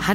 How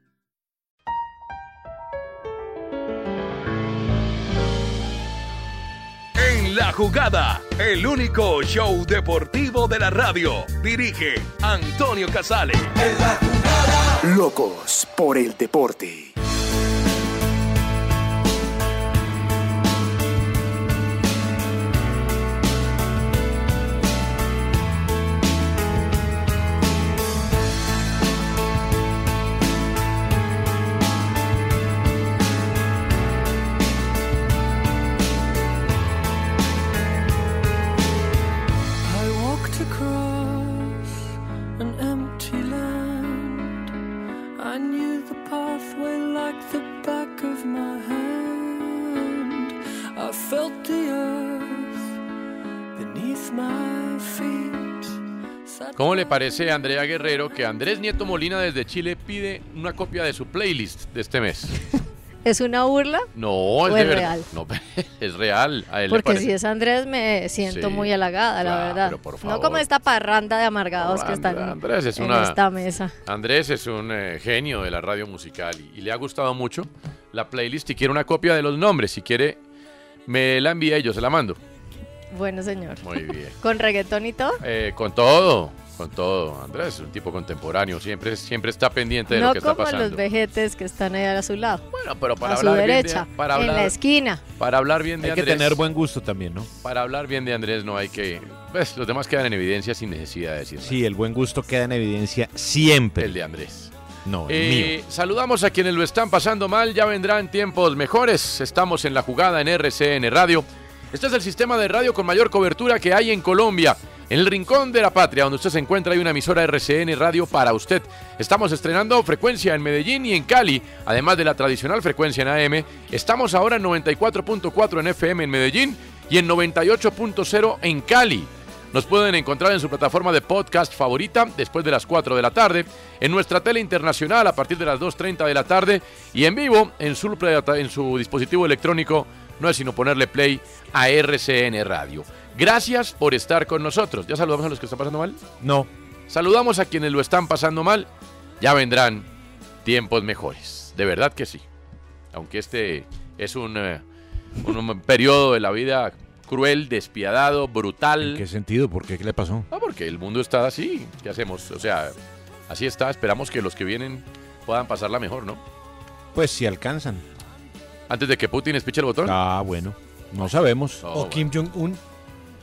En la jugada, el único show deportivo de la radio, dirige Antonio Casale. Locos por el deporte. I walked across an empty land. I knew the pathway like the back of my hand. I felt the earth beneath my feet. ¿Cómo le parece a Andrea Guerrero que Andrés Nieto Molina desde Chile pide una copia de su playlist de este mes? ¿Es una burla? No, es ¿O de es verdad. real? No, es real. A él le Porque parece. si es Andrés me siento Sí, muy halagada, la claro, verdad. pero por No favor. como esta parranda de amargados que están Parranda, Andrés, es en una- esta mesa. Andrés es un eh, genio de la radio musical y, y le ha gustado mucho la playlist y quiere una copia de los nombres. Si quiere, me la envía y yo se la mando. Bueno, señor. Muy bien. Con reggaetón y todo. Eh, con todo, con todo. Andrés es un tipo contemporáneo, siempre, siempre está pendiente de No lo que está como pasando. los vejetes que están ahí a su lado, Bueno, pero para a su hablar derecha, bien de, para en la hablar- esquina. para hablar bien de Hay que Andrés. tener buen gusto también, ¿no? Para hablar bien de Andrés no hay que. Pues los demás quedan en evidencia sin necesidad de decir nada. Sí, el buen gusto queda en evidencia siempre. El de Andrés. No, el Eh, mío. saludamos a quienes lo están pasando mal, ya vendrán tiempos mejores. Estamos en la jugada en RCN Radio. Este es el sistema de radio con mayor cobertura que hay en Colombia. En el rincón de la patria, donde usted se encuentra, hay una emisora RCN Radio para usted. Estamos estrenando frecuencia en Medellín y en Cali, además de la tradicional frecuencia en AM. Estamos ahora en 94.4 en FM en Medellín y en 98.0 en Cali. Nos pueden encontrar en su plataforma de podcast favorita después de las 4 de la tarde, en nuestra tele internacional a partir de las 2.30 de la tarde y en vivo en su, plata- en su dispositivo electrónico. No es sino ponerle play a RCN Radio. Gracias por estar con nosotros. ¿Ya saludamos a los que están pasando mal? No. Saludamos a quienes lo están pasando mal. Ya vendrán tiempos mejores. De verdad que sí. Aunque este es un, eh, un, un periodo de la vida cruel, despiadado, brutal. ¿En qué sentido? ¿Por qué? ¿Qué le pasó? No, porque el mundo está así. ¿Qué hacemos? O sea, así está. Esperamos que los que vienen puedan pasarla mejor, ¿no? Pues si alcanzan. Antes de que Putin espiche el botón. Ah, bueno. No sabemos. No, o Kim Jong-un.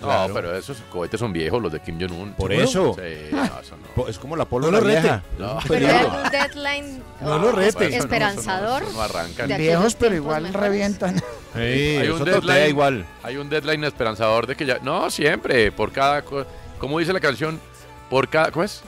No, claro. pero esos cohetes son viejos, los de Kim Jong-un. Por ¿Seguro? eso. Sí, no, eso no. Po- Es como la pólvora No lo rete. vieja. No. Pero hay Peligro. algún deadline No lo rete. esper- Eso no, esperanzador. eso no, eso no arranca. de aquellos Viejos, pero tiempos igual mejores. revientan. Sí, Hay un eso totea deadline. igual. Hay un deadline esperanzador de que ya. No, siempre. Por cada. co- ¿Cómo dice la canción? Por cada. ¿Cómo es?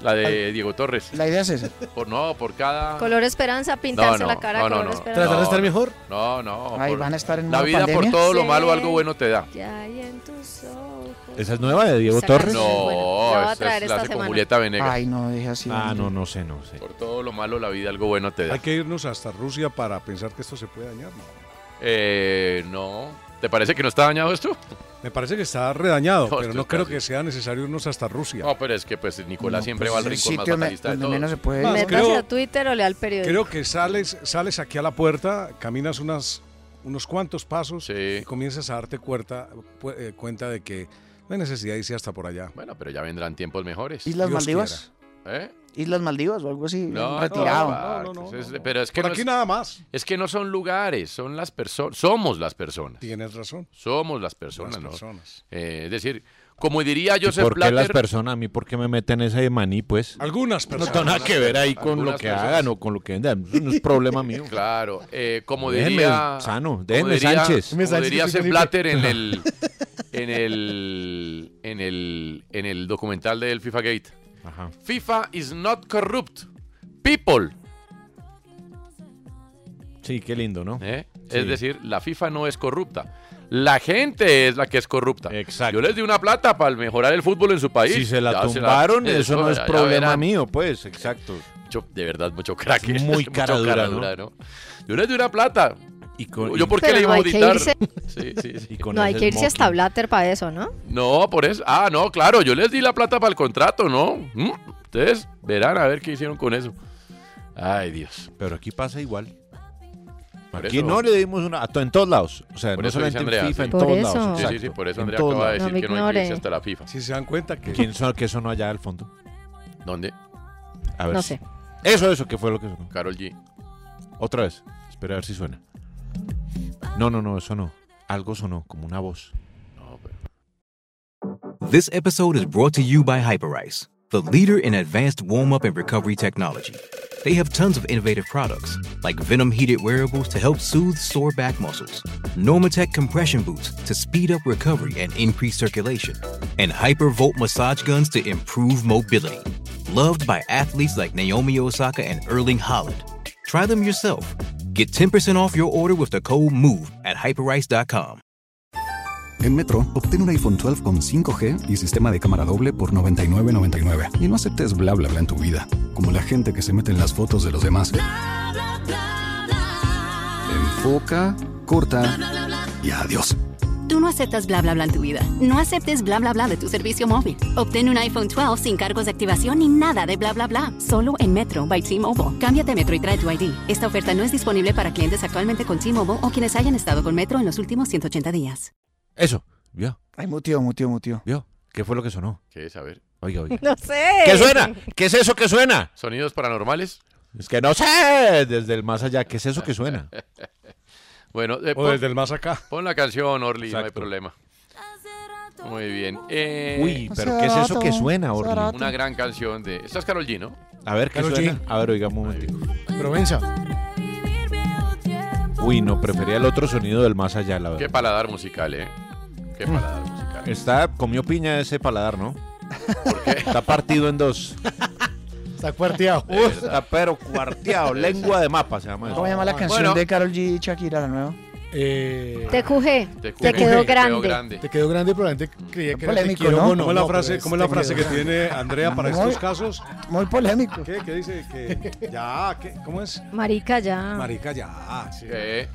La de Diego Torres. La idea es esa. Por no, por cada. Color esperanza, pintarse no, la cara no, no, color no. esperanza. Tratar No, de estar no. mejor. No, no. Ahí por- van a estar en La una vida por pandemia. todo lo malo, Sí. algo bueno te da. Que hay en tus ojos. Esa es nueva de Diego Esa canción Torres. es buena. No, La va a esa traer es la esta hace con semana. Julieta Venegas. Ay, no, dije así. Ah, no, no sé, no sé. Por todo lo malo, la vida algo bueno te da. Hay que irnos hasta Rusia para pensar que esto se puede dañar. ¿no? Eh, no. ¿Te parece que no está dañado esto? Me parece que está redañado, No, pero esto no está creo así. que sea necesario irnos hasta Rusia. No, pero es que pues Nicolás No, siempre pues, va al el rincón más sitio me- fatalista de donde todos. menos se puede ir. Vamos, Métase creo- a Twitter o lea al periódico. Creo que sales, sales aquí a la puerta, caminas unas, unos cuantos pasos Sí. y comienzas a darte cuerta- pu- eh, cuenta de que no hay necesidad de irse hasta por allá. Bueno, pero ya vendrán tiempos mejores. ¿Islas Dios Maldivas? ¿Eh? Islas Maldivas o algo así. No, retirado. no, no, no, no. Pero es que Por no aquí es- nada más. Es que no son lugares, son las personas. Somos las personas. Tienes razón. Somos las personas, Las ¿no? personas. Eh, es decir, como diría ¿Y Joseph ¿Por qué las Platter, personas? ¿A mí por qué me meten esa de maní, pues? Algunas No personas. tengo nada que ver ahí con lo Algunas que personas. hagan o con lo que vendan. Eso no es problema mío. claro, eh, como Déjenme diría sano, como déjenme diría- Sánchez. Como Déjenme Sánchez, diría que Joseph soy Platter en el en el en el en el documental del FIFA Gate. Ajá. FIFA is not corrupt. People. Sí, qué lindo, ¿no? ¿eh? Sí. Es decir, la FIFA no es corrupta. La gente es la que es corrupta. Exacto. Yo les di una plata para mejorar el fútbol en su país. Si se la Ya tumbaron, eso no es ya problema verán. mío, pues, exacto. Mucho- de verdad, mucho crack. ¿eh? Muy Mucho cara dura, ¿no? ¿no? Yo les di una plata. Y con, ¿Yo por qué Pero le iba no a hay que auditar? irse. Sí, sí, sí. y con No hay ese que irse hasta smoking. Blatter para eso, ¿no? No, por eso. Ah, no, claro, yo les di la plata para el contrato, ¿no? Mm, Ustedes verán a ver qué hicieron con eso. Ay, Dios. Pero aquí pasa igual. Por Aquí eso- no le dimos una. a to- En todos lados. O sea, Por no eso dice solamente en Andrea, FIFA, sí. en Por todos eso. lados. Sí, sí, exacto. sí, por eso En Andrea todos acaba de decir lados. No me que no hay que irse ignore. hasta la FIFA. Si se dan cuenta que. ¿Quién son, ¿Qué sonó allá al fondo? ¿Dónde? A ver. No si- sé. Eso, eso, que fue lo que sonó. Carol G. Otra vez. Espera a ver si suena. No, no, no, eso no. Algo sonó, como una voz. No, pero- This episode is brought to you by Hyperice, the leader in advanced warm up and recovery technology. They have tons of innovative products, like Venom heated wearables to help soothe sore back muscles, Normatec compression boots to speed up recovery and increase circulation, and Hypervolt massage guns to improve mobility. Loved by athletes like Naomi Osaka and Erling Holland. Try them yourself. Get 10% off your order with the code MOVE at hyperice.com. En Metro, obtén un iPhone 12 con 5G y sistema de cámara doble por $99.99. Y no aceptes bla bla bla en tu vida, como la gente que se mete en las fotos de los demás. Enfoca, corta y adiós. Tú no aceptas bla bla bla en tu vida. No aceptes bla bla bla de tu servicio móvil. Obtén un iPhone 12 sin cargos de activación ni nada de bla bla bla. Solo en Metro by T-Mobile. Cámbiate a Metro y trae tu ID. Esta oferta no es disponible para clientes actualmente con T-Mobile o quienes hayan estado con Metro en los últimos 180 días. Eso. ¿Vio? Ay, mutió, mutió, mutió. ¿Vio? ¿Qué fue lo que sonó? ¿Qué es? A ver. Oiga, oiga. No sé. ¿Qué suena? ¿Qué es eso que suena? ¿Sonidos paranormales? Es que no sé. Desde el más allá, ¿qué es eso que suena? Bueno, eh, O pon, desde el más acá. pon la canción, Orly, no hay Exacto. problema. Muy bien. Eh, Uy, pero ¿qué es eso que suena, Orly? Una gran canción de... Esta es Carol G, ¿no? A ver, ¿qué Karol G. suena? A ver, oiga un momentico. Provenza. Uy, no, prefería el otro sonido del más allá, la Qué verdad. paladar musical, ¿eh? Qué Mm. paladar musical. Está, comió piña ese paladar, ¿no? Está partido en dos. Está cuarteado. De verdad, pero cuarteado, lengua de mapa se llama ¿Cómo se eso. llama la canción Bueno. de Carol G y Shakira, la nueva? Eh, TQG. Te, Te juro que quedó te grande. te quedó grande, probablemente creía que era te Polémico, quiero, ¿no? mono. ¿Cómo es la No, pues, frase, pero este cómo es la te frase que quedó grande. tiene Andrea para Muy- estos casos? Muy polémico. ¿Qué? ¿Qué dice? Que ya, ¿qué? ¿cómo es? Marica ya. Marica, ya. sí. Eh,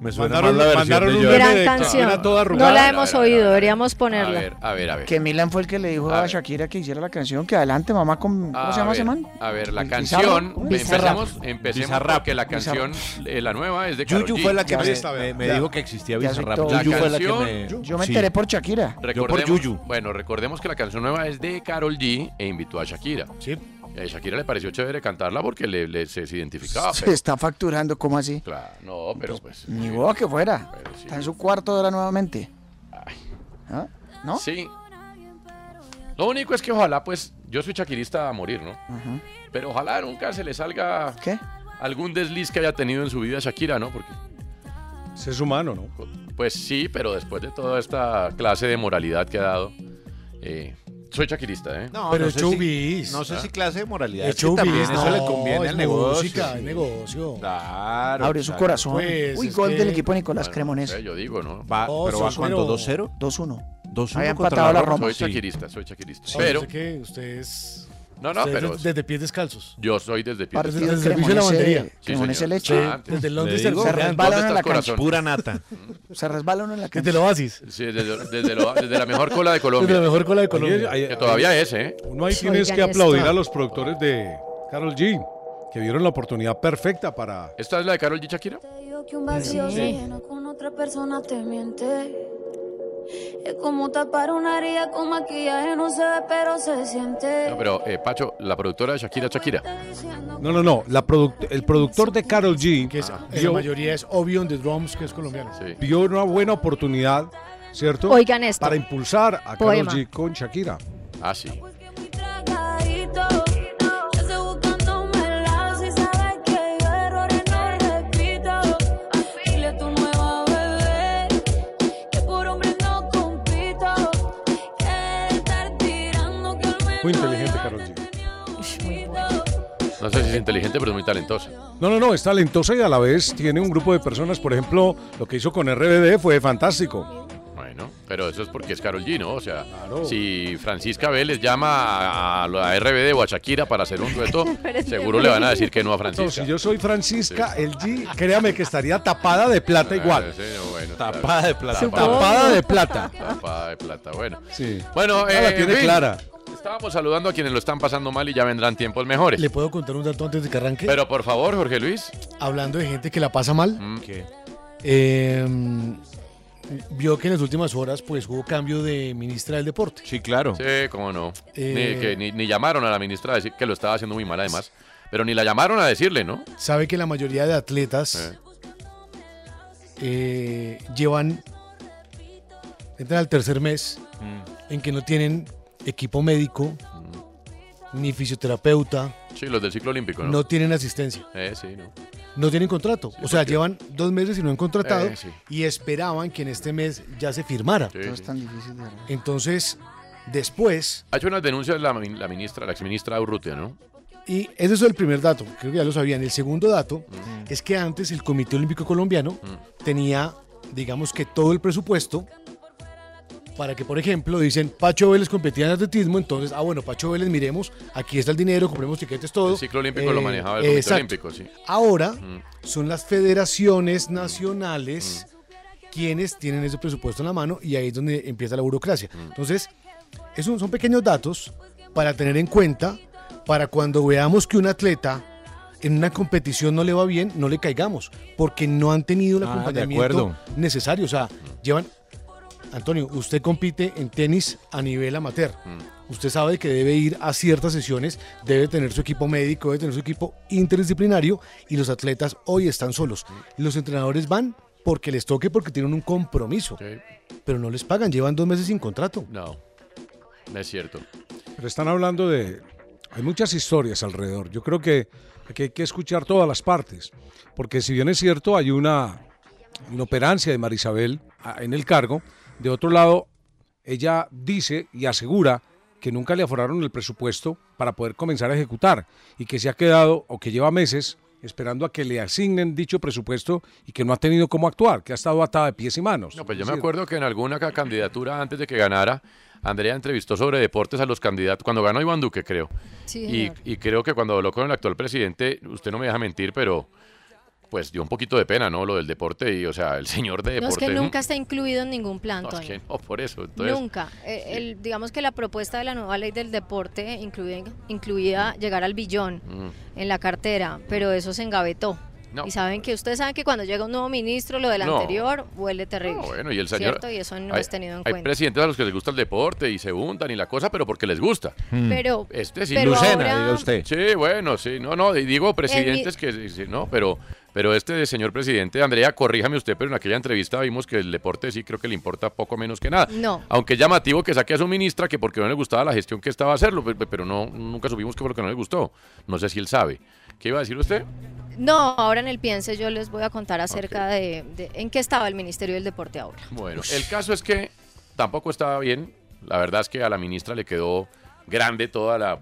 Me Mandaron, mandaron un Joan. Gran meme de canción. Cristina toda arrugada. No la A ver, a hemos ver, a ver, oído, a ver. deberíamos a ponerla. ver, a ver, a ver. Que Milan fue el que le dijo A a, ver. Shakira que hiciera la canción, que adelante, mamá, con. ¿Cómo A se llama ver, ese man? A ver, la ¿El canción. Bizarrap? ¿Cómo? Empecemos, empecemos Bizarrap. porque la Bizarrap. canción, eh, la nueva, es de Karol Yuyu G. fue la que Ya me, sé, está me- bien. me Ya. dijo que existía Ya soy Bizarrap. todo. Yuyu La fue la que canción- me... Yo me Sí. enteré por Shakira. Recordemos, Yuyu. Bueno, recordemos que la canción nueva es de Carol G e invitó a Shakira. Sí. Y A Shakira le pareció chévere cantarla porque le, le- se, se identificaba. Se pero- está facturando, ¿cómo así? claro, no, pero pues. Ni sí, vos que fuera. pero sí. Está en su cuarto ahora nuevamente. ¿Ah? ¿No? Sí. Lo único es que ojalá, pues, yo soy shakirista a morir, ¿no? Ajá. Pero ojalá nunca se le salga ¿Qué? algún desliz que haya tenido en su vida Shakira, ¿no? Porque, Ese es humano, ¿no? pues sí, pero después de toda esta clase de moralidad que ha dado, eh, soy shakirista, ¿eh? Ah. No, Pero no es sé showbiz. Si, no sé si clase de moralidad. Es Es que también showbiz, eso le no, conviene es al negocio. Música, sí. es negocio. Claro. Abrió su claro. Eh, corazón. Pues, Uy, es gol que- Oh, del equipo de Nicolás Bueno, Cremonés. no sé, yo digo, ¿no? Va, No, pero va soy cuando cero. 2-0. 2-1. 2-1 Había contra empatado la la Roma. Roma. Soy Sí. shakirista, soy shakirista. Ah, Pero, yo sé que ustedes. no, no, ustedes pero desde, desde pies descalzos. yo soy desde pie. Partido Desde el servicio de Cremonese- lavandería. Sí, Cremonese señor. leche. Ah, antes. Desde Le Londres digo, se Fran, resbala- Bala en estás, la corazón? Pura nata. Mm. Se resbala uno en la Desde el cancha. oasis. Sí, desde, desde lo- desde la mejor cola de Desde la Colombia. mejor cola de Oye, Colombia. ahí- Que todavía es, ¿eh? Uno ahí Oigan tienes que aplaudir esto. a los productores de Carol G, que vieron la oportunidad perfecta para. ¿Esta es la de Carol G. Shakira? Te digo que un vacío se llena con otra persona te miente. Es como tapar una herida con maquillaje, no se ve, pero se siente. No, pero eh, Pacho, la productora de Shakira, Shakira. No, no, no. La product- el productor de Carol G. Que es, en la dio- mayoría es Obi on the Drums, que es colombiano. vio una buena oportunidad, ¿cierto? Oigan esto. Para impulsar a Karol Poema. G con Shakira. Ah, sí. Yo estoy buscando un melado, si sabes que yo errores no repito. Dile a tu nueva bebé que por hombre no compito. Que estar tirando que al menos Muy inteligente, Karol G. No sé si es inteligente, pero es muy talentosa. No, no, no, es talentosa y a la vez tiene un grupo de personas. Por ejemplo, lo que hizo con RBD fue fantástico. Bueno, pero eso es porque es Carol G, ¿no? O sea, si Francisca Vélez llama a, a- a RBD o a Shakira para hacer un dueto, seguro le van a decir que no a No, si Francisca. yo soy Francisca, el G, créame que estaría tapada de plata igual. Ah, sí, no, bueno, Tapada claro. de plata. Tapada de plata. Tapada de plata, bueno. Sí. Bueno, Ah, la tiene en fin, clara. Estábamos saludando a quienes lo están pasando mal y ya vendrán tiempos mejores. ¿Le puedo contar un dato antes de que arranque? Pero Mm. por favor, Jorge Luis. Hablando de gente que la pasa mal. ¿Qué? eh, vio que en las últimas horas pues hubo cambio de ministra del deporte. Sí, claro. Sí, cómo no. Eh, Ni, que, ni, ni llamaron a la ministra a decir que lo estaba haciendo muy mal, además. Pero ni la llamaron a decirle, ¿no? Eh, Sabe que la mayoría de atletas eh, llevan entran al tercer mes Mm. en que no tienen equipo médico ni fisioterapeuta, Mm. Sí, los del ciclo olímpico, ¿no? no tienen asistencia. Eh, sí, no. No tienen contrato. o sea, porque- llevan dos meses y no han contratado Eh, sí. y esperaban que en este mes ya se firmara. Todo es sí. tan difícil de arreglar. Entonces, después, Ha hecho unas denuncias la, min- la ministra, la exministra Urrutia, ¿no? y ese es el primer dato, creo que ya lo sabían. El segundo dato es que antes el Comité Olímpico Colombiano tenía, digamos que todo el presupuesto para que, por ejemplo, dicen, Pacho Vélez competía en atletismo, entonces, ah, bueno, Pacho Vélez, miremos, aquí está el dinero, compremos tiquetes, todo. El ciclo olímpico lo Eh, manejaba el Comité exacto. Olímpico, sí. Ahora Mm. son las federaciones nacionales quienes tienen ese presupuesto en la mano y ahí es donde empieza la burocracia. Mm. Entonces, es un- son pequeños datos para tener en cuenta para cuando veamos que un atleta en una competición no le va bien, no le caigamos, porque no han tenido el Ah, de acompañamiento acuerdo. necesario. O sea, llevan... Antonio, usted compite en tenis a nivel amateur. Mm. Usted sabe que debe ir a ciertas sesiones, debe tener su equipo médico, debe tener su equipo interdisciplinario y los atletas hoy están solos. Los entrenadores van porque les toque, porque tienen un compromiso, pero no les pagan, llevan dos meses sin contrato. No, no es cierto. Pero están hablando de... Hay muchas historias alrededor. Yo creo que aquí hay que escuchar todas las partes. Porque si bien es cierto, hay una, una operancia de Marisabel ah, en el cargo. De otro lado, ella dice y asegura que nunca le aforaron el presupuesto para poder comenzar a ejecutar y que se ha quedado o que lleva meses esperando a que le asignen dicho presupuesto y que no ha tenido cómo actuar, que ha estado atada de pies y manos. No, pues yo Es me decir, acuerdo que en alguna ca- candidatura antes de que ganara, Andrea entrevistó sobre deportes a los candidatos, cuando ganó Iván Duque, creo. Sí, y, señor. y creo que cuando habló con el actual presidente, usted no me deja mentir, pero pues dio un poquito de pena, ¿no? Lo del deporte y, o sea, el señor de No, es deporte. que ¿no? nunca está incluido en ningún plan, No, es Antonio. que no, por eso. Entonces, Nunca. Eh, el- digamos que la propuesta de la nueva ley del deporte incluía, incluía llegar al billón Mm. en la cartera, pero eso se engavetó. No. Y saben que ustedes saben que cuando llega un nuevo ministro, lo del No. anterior huele terrible. Bueno, y el señor. ¿cierto? Y eso no hay, es tenido en hay cuenta. presidentes a los que les gusta el deporte y se juntan y la cosa, pero porque les gusta. Pero- Este sí. pero Hmm. Lucena, ahora- diga usted. Sí, bueno, sí. No, no, y digo presidentes que. sí, No, pero. Pero este señor presidente, Andrea, corríjame usted, pero en aquella entrevista vimos que el deporte sí creo que le importa poco menos que nada. No. Aunque es llamativo que saque a su ministra que porque no le gustaba la gestión que estaba hacerlo, pe- pe- pero no nunca supimos que fue lo que no le gustó. No sé si él sabe. ¿Qué iba a decir usted? No, ahora en el piense yo les voy a contar acerca de- de en qué estaba el Ministerio del Deporte ahora. Bueno, el caso es que tampoco estaba bien. La verdad es que a la ministra le quedó grande toda la,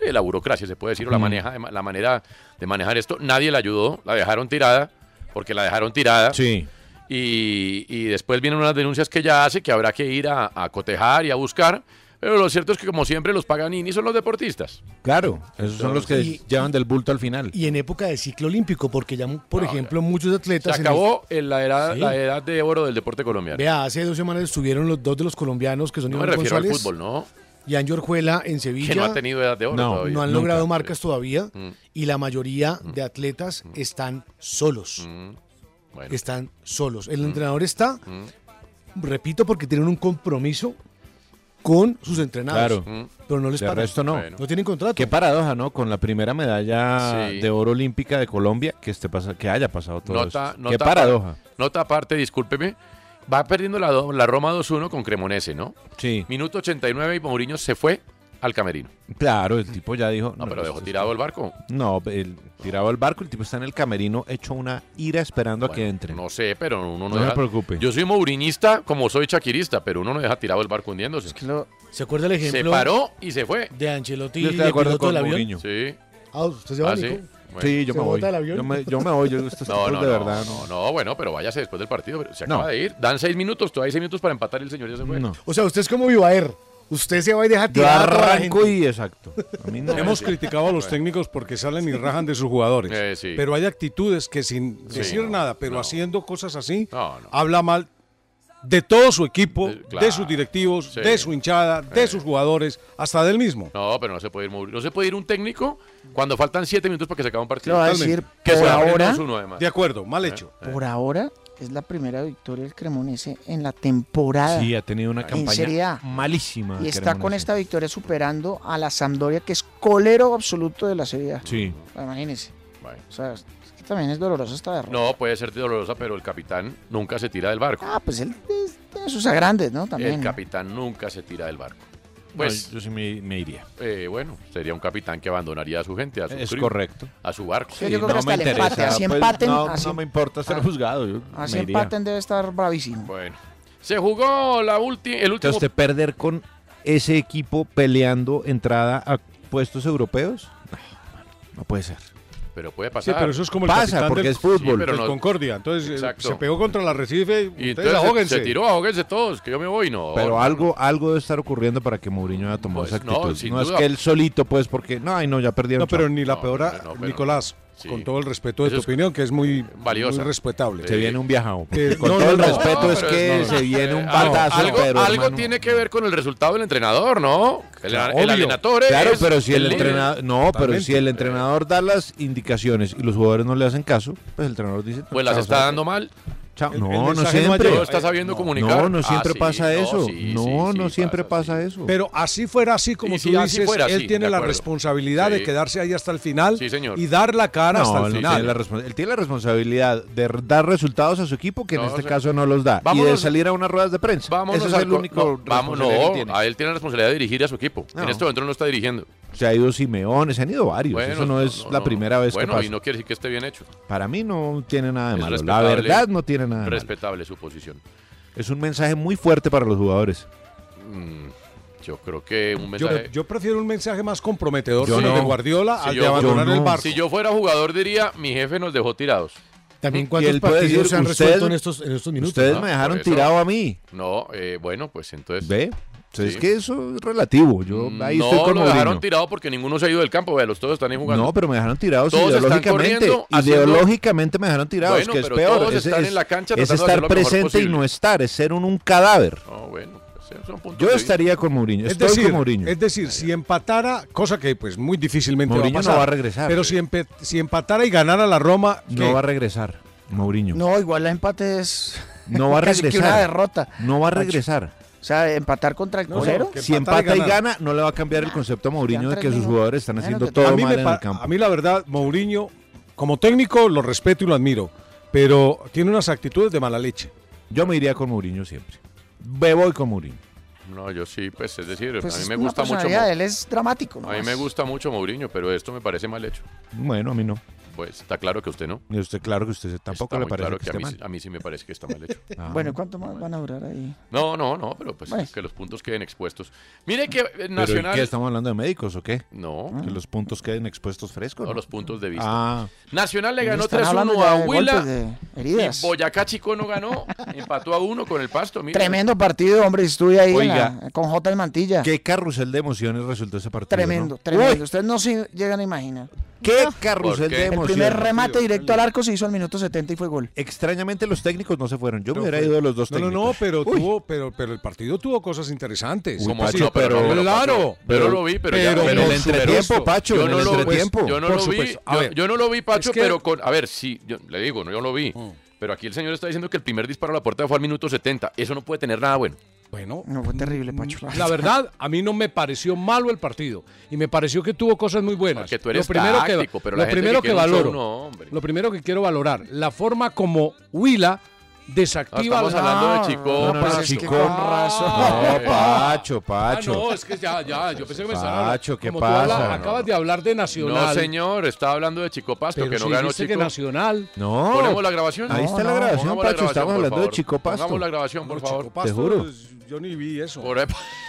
eh, la burocracia, se puede decir, o la, Mm. maneja de ma- la manera de manejar esto. Nadie la ayudó, la dejaron tirada, porque la dejaron tirada. Sí. Y, y después vienen unas denuncias que ella hace que habrá que ir a, a cotejar y a buscar. Pero lo cierto es que, como siempre, los Paganini son los deportistas. Claro, esos son los que Y- llevan del bulto al final. Y en época de ciclo olímpico, porque ya, por ejemplo, muchos Se atletas... en el- acabó en la, edad, Sí. la edad de oro del deporte colombiano. Vea, hace dos semanas estuvieron los dos de los colombianos, que son no me Iván refiero al González fútbol, ¿no? y Anjo Orjuela en Sevilla. Que no ha tenido edad de oro No, todavía. no han Nunca. logrado marcas todavía Mm. y la mayoría de atletas están solos. Mm. Bueno. Mm. Están solos. El entrenador está, repito, porque tienen un compromiso con sus entrenados. Claro. Mm. Pero no les De pagan. resto no. No tienen contrato. Qué paradoja, ¿no? Con la primera medalla Sí. de oro olímpica de Colombia que, este pasa, que haya pasado todo Nota, esto. nota Qué apar- paradoja. Nota aparte, discúlpeme. Va perdiendo la, do- la Roma 2-1 con Cremonese, ¿no? Sí. Minuto 89 y Mourinho se fue al camerino. Claro, el tipo ya dijo. No, pero esto dejó es- tirado el barco. No, el, tirado al barco, el tipo está en el camerino hecho una ira esperando a que entre. No sé, pero uno no, No se deja- preocupe. Yo soy mouriñista como soy chaquirista, pero uno no deja tirado el barco hundiéndose. ¿Se acuerda el ejemplo? Se paró y se fue. De Ancelotti, Yo estoy de de acuerdo piloto con del avión. Mourinho. Sí. Ah, ¿usted se va, Ah, Nico? sí. Bueno. Sí, yo ¿Se me voy. bota del avión? Yo me, yo me voy. Yo, estos No, tipos no, de no, verdad. no, no. no, bueno, pero váyase después del partido. pero Se acaba No. de ir. Dan seis minutos, todavía hay seis minutos para empatar y el señor ya se fue. O sea, usted es como Vivaer. Usted se va y deja Yo tirar a toda la arranco gente. y exacto. Hemos criticado a los técnicos porque salen y rajan de sus jugadores. Eh, sí. Pero hay actitudes que sin Sí, decir no, nada, pero no. haciendo cosas así, No, no. habla mal de todo su equipo, Eh, claro. de sus directivos, Sí. Eh. de su hinchada, de sus jugadores, hasta del mismo. No, pero no se puede ir Mourinho. No se puede ir un técnico cuando faltan siete minutos para que se acabe un partido. Le voy a decir, que por se abren ahora, 2-1 además. de acuerdo, mal hecho. Eh, eh. Por ahora es la primera victoria del Cremonese en la temporada. Sí, ha tenido una En Serie campaña A. malísima. Y está con Cremonese. esta victoria superando a la Sampdoria, que es colero absoluto de la Serie A. Sí. Ah, Imagínense. O sea, es que también es doloroso esta derrota. No, puede ser dolorosa, pero el capitán nunca se tira del barco. Ah, pues él es- tiene sus agrandes, ¿no? También. ¿eh? El ¿no? capitán nunca se tira del barco. No, Pues, yo sí me, me iría. eh, bueno, sería un capitán que abandonaría a su gente, a su Es crew, correcto. a su barco. Sí, yo creo que hasta el empate, así empaten, Pues, no, así- no me importa ser juzgado. Yo Así me iría. Ah. empaten debe estar bravísimo. Bueno. Se jugó la ulti- el O sea, último usted perder con ese equipo peleando entrada a puestos europeos. No, mano, no puede ser. Pero puede pasar. Sí, pero eso es como el Pasa, capitán porque del, es fútbol. del Pero no- Concordia. Entonces eh, Exacto. se pegó contra la Recife. Y ustedes entonces se- ahóguense. se, tiró, ahóguense todos, que yo me voy, no. Pero Oh, no, algo, algo debe estar ocurriendo para que Mourinho haya tomado esa Pues, no, actitud. No, sin es duda. que él solito, pues, porque. No, ay, no, ya perdieron. No, pero chao. ni la peora, Nicolás, con todo el respeto de tu opinión, que es muy, valiosa. muy respetable. Se viene un viajado. Eh, con no, todo no, el no. respeto, No, es pero que es- no, no. se viene un Eh, batazo. algo, pero, algo hermano, tiene que ver con el resultado del entrenador, ¿no? Ah, El, Obvio. el entrenador es Claro, pero si el, líder. entrenador, no, pero Totalmente. si el entrenador da las indicaciones y los jugadores no le hacen caso, pues el entrenador dice, no, Pues las chao, está ¿sabes dando mal. Chao. El- No, el no mensaje no ha siempre. llegado. Está sabiendo No, comunicar. No, no Ah, siempre sí, pasa no, eso. sí, no, sí, sí, no siempre pasa eso. Pero así fuera, así como Y tú si así dices, fuera, él sí, tiene de la acuerdo. responsabilidad de Sí. quedarse ahí hasta el final Sí, señor. y dar la cara No, hasta el él, final. tiene la respons- él tiene la responsabilidad de r- dar resultados a su equipo, que No, en este o sea, caso no los da, y de vámonos- salir a unas ruedas de prensa. Vámonos Ese al es el co- único no, vamos, no, responsabilidad que tiene. a él tiene la responsabilidad de dirigir a su equipo. No. En este momento no lo está dirigiendo. Se ha ido Simeón, se han ido varios. Bueno, eso no es la primera vez bueno, que pasa. y no quiere decir que esté bien hecho. Para mí no tiene nada de Es malo. La respetable- verdad no tiene nada de malo. Respetable su posición. Es un mensaje muy fuerte para los jugadores. Mm, yo creo que un Yo, mensaje... yo prefiero un mensaje más comprometedor Yo como el de no. Guardiola Si al yo- de abandonar yo no. el barco. Si yo fuera jugador diría, mi jefe nos dejó tirados. También Y cuántos él puede partidos decir, se han "Ustedes- resuelto en estos, en estos minutos. Ustedes Ah, me dejaron por eso. tirado a mí. No, eh, bueno, pues entonces... ¿Ve? Entonces, Sí. Mm, Es que eso es relativo. Yo ahí no estoy con lo dejaron Mourinho. tirado porque ninguno se ha ido del campo. Vea, los todos están ahí jugando. No, pero me dejaron tirados Todos están ideológicamente. corriendo, haciendo- Ideológicamente me dejaron tirados, Bueno, que es pero peor. todos es, están es- en la cancha tratando es de estar hacer lo mejor presente y posible. no estar, es ser un, un cadáver. No, bueno, pues, son puntos Yo de estaría con Mourinho, Es estoy decir, con Mourinho. es decir, si empatara, cosa que pues muy difícilmente Mourinho no va a pasar, va a regresar. eh. Pero si, empe- si empatara y ganara la Roma, No ¿qué? va a regresar, Mourinho. No, No, igual la empate es va a casi regresar. que una derrota. va a Macho. regresar. O sea, empatar contra el No, colero. que Si empatar y empata y ganar. gana, no le va a cambiar el concepto a Mourinho de tres que sus minutos. jugadores están Bueno, haciendo que- todo a mí, mal me en pa- el campo. a mí la verdad, Mourinho, como técnico, lo respeto y lo admiro, pero tiene unas actitudes de mala leche. Yo me iría con Mourinho siempre. Me voy con Mourinho. No, yo sí, pues es decir, Pues a mí es me una gusta mucho. personalidad, Mou- Él es dramático. A mí nomás. me gusta mucho Mourinho, pero esto me parece mal hecho. Bueno, a mí no. Pues está claro que usted no. Y a usted, claro que usted tampoco Está le muy parece claro que que a esté mí, mal. a mí sí me parece que está mal hecho. Ah. Bueno, ¿y ¿cuánto más van a durar ahí? No, no, no, pero pues Bueno. que los puntos queden expuestos. Mire que eh, ¿Pero ¿y Nacional. qué? ¿Estamos hablando de médicos o qué? No, Que los puntos queden expuestos frescos. no, ¿no? los puntos de vista. Ah, Nacional le ganó Están hablando 3-1 ya a de golpes, Huila. de Y heridas. Boyacá Chico no ganó. Empató a uno con el pasto. mire. Tremendo partido, hombre. Estuve ahí en Oiga. la- eh, con J. y Mantilla. qué carrusel de emociones resultó ese partido. Tremendo, ¿no? tremendo. Uy, Ustedes no se llegan a imaginar. qué carrusel ¿Por qué? de El El emociones. primer remate directo al arco se hizo al minuto 70 y fue gol. Extrañamente los técnicos no se fueron. Yo me No hubiera fue- ido de los dos No, no, técnicos. no, pero Uy, tuvo, pero, pero el partido tuvo cosas interesantes. Uy, Es Como Pacho, decir, no, pero, no, pero- no, claro, Pacho. Yo lo vi, pero, ya- pero pero- en el pero- entretiempo, Pacho, yo en no el lo- entretiempo. yo no Por lo vi, supuesto. A yo, ver. yo no lo vi, Pacho, Es que- Mm. pero con, a ver, sí, yo le digo, no, yo lo vi, Pero aquí el señor está diciendo que el primer disparo a la puerta fue al minuto 70. Eso no puede tener nada bueno. Bueno. No, fue terrible, Pacho. La verdad, a mí no me pareció malo el partido y me pareció que tuvo cosas muy buenas. Porque tú eres táctico, pero lo la gente primero que que, quiere un show, valoro, no, hombre. lo primero que quiero valorar, la forma como Huila No, desactiva. Ah, Ah, estamos hablando de Chicón. Chicón. Pacho. No, Pacho, Pacho. Ah, no, es que ya, ya, yo pensé que me estaba Pacho, ¿qué como tú pasa? hablas- No, acabas de hablar de Nacional. No, señor, estaba hablando de Chico Pasto, Pero que no si ganó dijiste Chico. que Nacional. No. ¿Ponemos la grabación? Ahí está la grabación, pongamos Pacho, estamos por hablando de favor. Chico Pasto. Pongamos la grabación, por favor. Pasto, Te juro. Yo ni vi eso.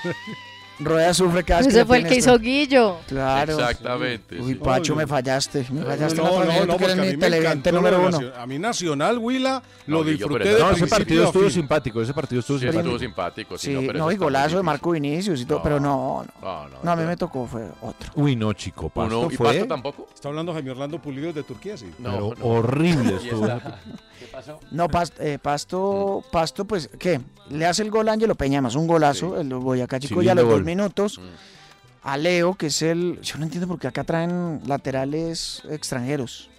Rueda sufre cada vez que Ese la fue el que tienes, hizo pero- Guillo. Claro. Exactamente, Uy, sí. Pacho, Obvio. me fallaste. Me fallaste. No, otra vez, tú no, no, que porque eres a mí mi me televidente encantó lo de número uno. Nacional. A mí Nacional, Huila, Guillo, pero lo no, disfruté de ese principio partido a estuvo fin. simpático, ese partido estuvo Sí, estuvo simpático. sí, Sí, no, no, pero eso y está golazo muy de Marco Vinicius y todo, pero no, no. No, no, No, a mí me tocó, fue otro. Uy, no, chico, Pasto Uno- ¿y fue Pasto tampoco? Está hablando Jaime Orlando Pulido de Turquía, sí. pero horrible estuvo. No, Pasto, Pasto, Mm. Pasto, pues, ¿qué? Le hace el gol a Ángelo Peña, más un golazo, el Boyacá Chico, Sí, ya a los lindo dos gol. Mm. minutos. A Leo, que es el... Yo no entiendo por qué acá traen laterales extranjeros.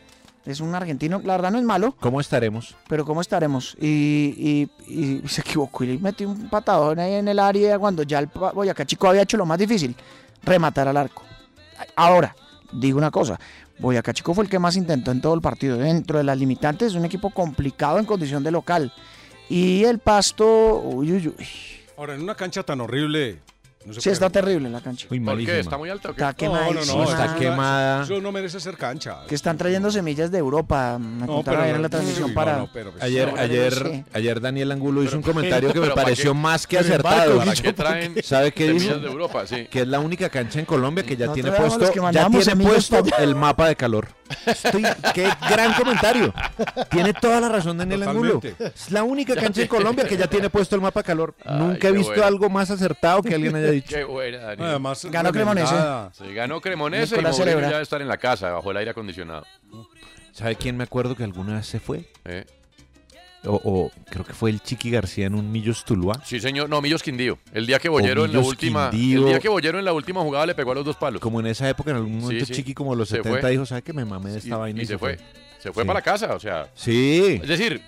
Es un argentino, la verdad no es malo, ¿Cómo estaremos? pero ¿cómo estaremos? Y, y- y se equivocó y le metió un patadón ahí en el área cuando ya el pa- Boyacá Chico había hecho lo más difícil, rematar al arco. Ahora, digo una cosa, Boyacá Chico fue el que más intentó en todo el partido. Dentro de las limitantes, es un equipo complicado en condición de local. Y el pasto, uy, uy, uy. Ahora, en una cancha tan horrible. No se Sí, está puede. terrible la cancha. Uy, ¿Por qué? ¿Está muy alta o qué? Está quemada. eso no- quemada. Eso no merece ser cancha. Que están trayendo semillas de Europa. Me No, contaron pero- ayer en la transmisión sí, no, para. no, pero pues- Ayer, No, sí. ayer, ayer Daniel Angulo hizo un comentario que me pero ¿para pareció qué? más que Pero en barco, acertado. ¿para qué traen ¿Sabe qué semillas dice? de Europa? Sí. Que es la única cancha en Colombia que ya No tiene traigamos puesto, los que ya mandamos, tiene amigos, puesto para allá. el mapa de calor. Estoy- qué gran comentario. Tiene toda la razón Daniel Angulo. Totalmente. Es la única cancha en Colombia que ya tiene puesto el mapa de calor. Nunca he qué visto bueno. algo más acertado que alguien haya dicho. Qué buena, Daniel. No, además, Ganó Cremonese. remendada. Sí, ganó Cremonese y Nicolás Mourinho Cerebra. ya debe estar en la casa, bajo el aire acondicionado. ¿Sabe quién me acuerdo que alguna vez se fue? ¿eh? O, o creo que fue el Chiqui García en un Millos Tuluá. Sí, señor. No, Millos Quindío. El día que Bollero en la Millos última. Quindío. El día que Bollero en la última jugada le pegó a los dos palos. Como en esa época, en algún momento sí. Chiqui como los Se 70 fue. dijo, ¿sabe que me mamé de esta Y, vaina? y se fue. Se fue Sí. para casa, o sea. Sí. Es decir,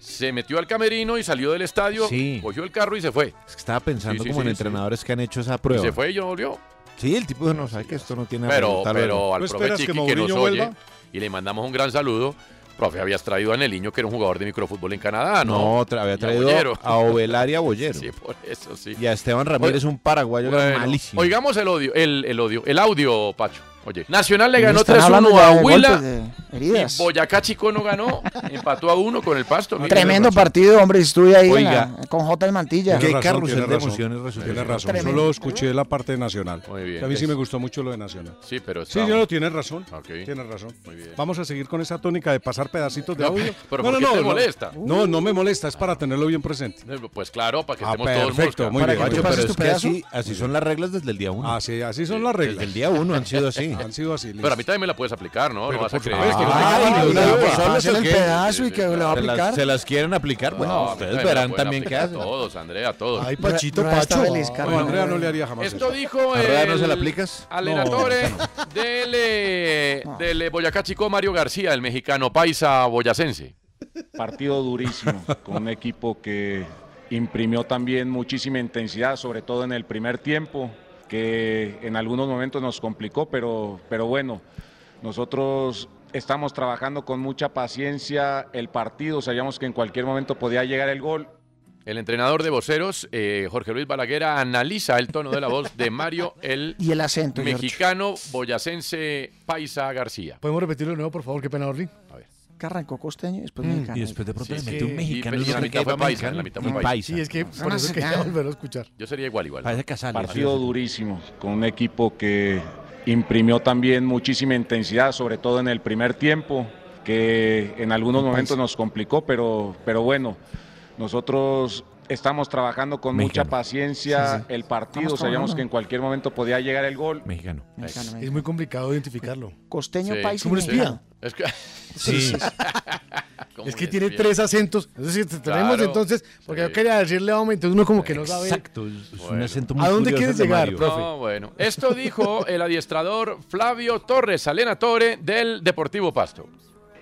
se metió al camerino y salió del estadio, Sí. cogió el carro y se fue. Es que estaba pensando Sí, sí, como en sí, entrenadores que han hecho esa Y prueba. se fue y yo volvió. Sí, el tipo dijo, no sabe que esto no tiene Pero, arreglo, tal vez". pero al ¿No profe esperas que Chiqui que, Mourinho nos vuelva? oye y le mandamos un gran saludo. Profe, habías traído a Neliño, que era un jugador de microfútbol en Canadá, ¿no? No, tra- había Y a traído Bollero. a Ovelar y a Bollero. Sí, por eso sí. Y a Esteban Ramírez, un paraguayo que era Bueno, malísimo. Oigamos el odio, el, el odio, el audio, Pacho. Oye, Nacional le ganó Están hablando 3-1 ya a de Huila. golpes, de Y heridas. Boyacá Chico no ganó, empató a uno con el Pasto. Mire, Tremendo partido, hombre. Estuve ahí en Oiga. la- con J. El Mantilla. Qué Tiene razón, carrusel tiene de razón. emociones resultó. Tiene razón. Tremendo. Solo escuché la parte nacional. Muy bien. Que a mí sí me gustó mucho lo de nacional. Sí, pero Sí, estamos- yo no, tienes razón. Ok. Tienes razón. Muy bien. Vamos a seguir con esa tónica de pasar pedacitos de No, audio. pero ¿por qué te molesta? No, no me molesta, es para tenerlo bien presente. Pues claro, para que Ah, estemos perfecto, todos muy mosca. bien. tú Pacho, pero pases es tu que pedazo. así, así son las reglas desde el día uno. Así, así son las reglas. desde el día uno han sido así. Han sido así. Pero a mí también me la puedes aplicar, ¿no? Pero no vas a por creer. supuesto. Ah, Ah, bueno, ¿y ya, la pues, pasaste pásenle o el qué? pedazo y que lo va a Se las, aplicar. se las quieren aplicar. Bueno, No, ustedes me la verán pueden también qué aplicar hacen. Todos, Andrea, todos. Ay, Pachito, Ra- Ra- está Pacho. feliz, No, Carlos. Andrea no le haría Ah, jamás Esto eso. dijo ¿A Rueda el no se la aplicas? aleratore del, eh, del eh, Boyacá Chico Mario García, el mexicano paisa boyacense. Partido durísimo, con un equipo que imprimió también muchísima intensidad, sobre todo en el primer tiempo, que en algunos momentos nos complicó, pero, pero bueno, nosotros estamos trabajando con mucha paciencia el partido, sabíamos que en cualquier momento podía llegar el gol. El entrenador de voceros, eh, Jorge Luis Balaguer, analiza el tono de la voz de Mario, el Y el acento, George. mexicano boyacense paisa García. ¿Podemos repetirlo de nuevo, por favor? Qué pena, Orly. Que arrancó costeño y Mm, después Y mexicano. después de pronto Sí, le sí. metió Y- un mexicano. y pues, yo la creo mitad que fue iba paisa, mexicano. la mitad fue Un paisa. Sí, es que por no eso se quería gana. volverlo a escuchar. Yo sería igual, igual. Parece Casale, Partido sí. durísimo, con un equipo que imprimió también muchísima intensidad, sobre todo en el primer tiempo, que en algunos Un país. momentos nos complicó, pero, pero bueno, nosotros estamos trabajando con Mexicano. mucha paciencia Sí, sí. el partido, Estamos sabíamos trabajando. que en cualquier momento podía llegar el gol. Mexicano. Mexicano, Es mexicano. muy complicado identificarlo. Costeño, Sí. país y Como un espía. mexicano. Es que, Sí. ¿cómo Es que les tiene pienso? tres acentos. Entonces, te tenemos Claro. entonces, porque Sí. yo quería decirle a entonces uno como que no sabe. Exacto. Es es un Bueno. acento muy ¿A dónde curioso quieres el de llegar, Mario. profe? No, bueno. Esto dijo el adiestrador Flavio Torres, Alenatore del Deportivo Pasto.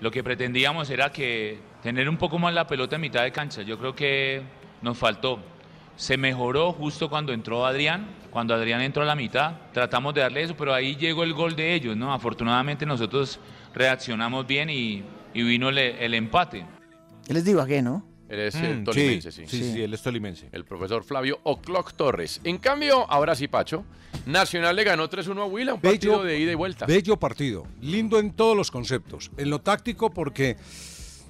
Lo que pretendíamos era que tener un poco más la pelota en mitad de cancha. Yo creo que nos faltó. Se mejoró justo cuando entró Adrián. Cuando Adrián entró a la mitad, tratamos de darle eso, pero ahí llegó el gol de ellos, ¿no? Afortunadamente nosotros reaccionamos bien y, y vino el, el empate. Él es Divagué, ¿no? Él es el Mm, eh, tolimense, sí. sí, sí, Sí. sí, él es tolimense. El profesor Flavio O'Clock Torres. En cambio, ahora sí, Pacho, Nacional le ganó 3-1 a Huila, un partido de ida y vuelta. Bello partido, lindo en todos los conceptos. En lo táctico, porque,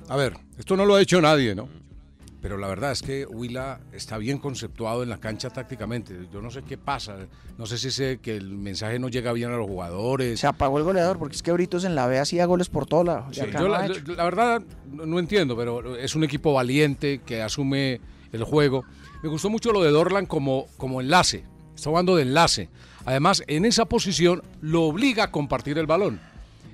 a ver, esto no lo ha hecho nadie, ¿no? Pero la verdad es que Huila está bien conceptuado en la cancha tácticamente. Yo no sé qué pasa. No sé si es que el mensaje no llega bien a los jugadores. Se apagó el goleador porque es que Britos en la B hacía goles por todo lado. y Sí, acá yo no ha la, hecho. la- la verdad no no entiendo, pero es un equipo valiente que asume el juego. Me gustó mucho lo de Dorlan como, como enlace. Está jugando de enlace. Además, en esa posición lo obliga a compartir el balón.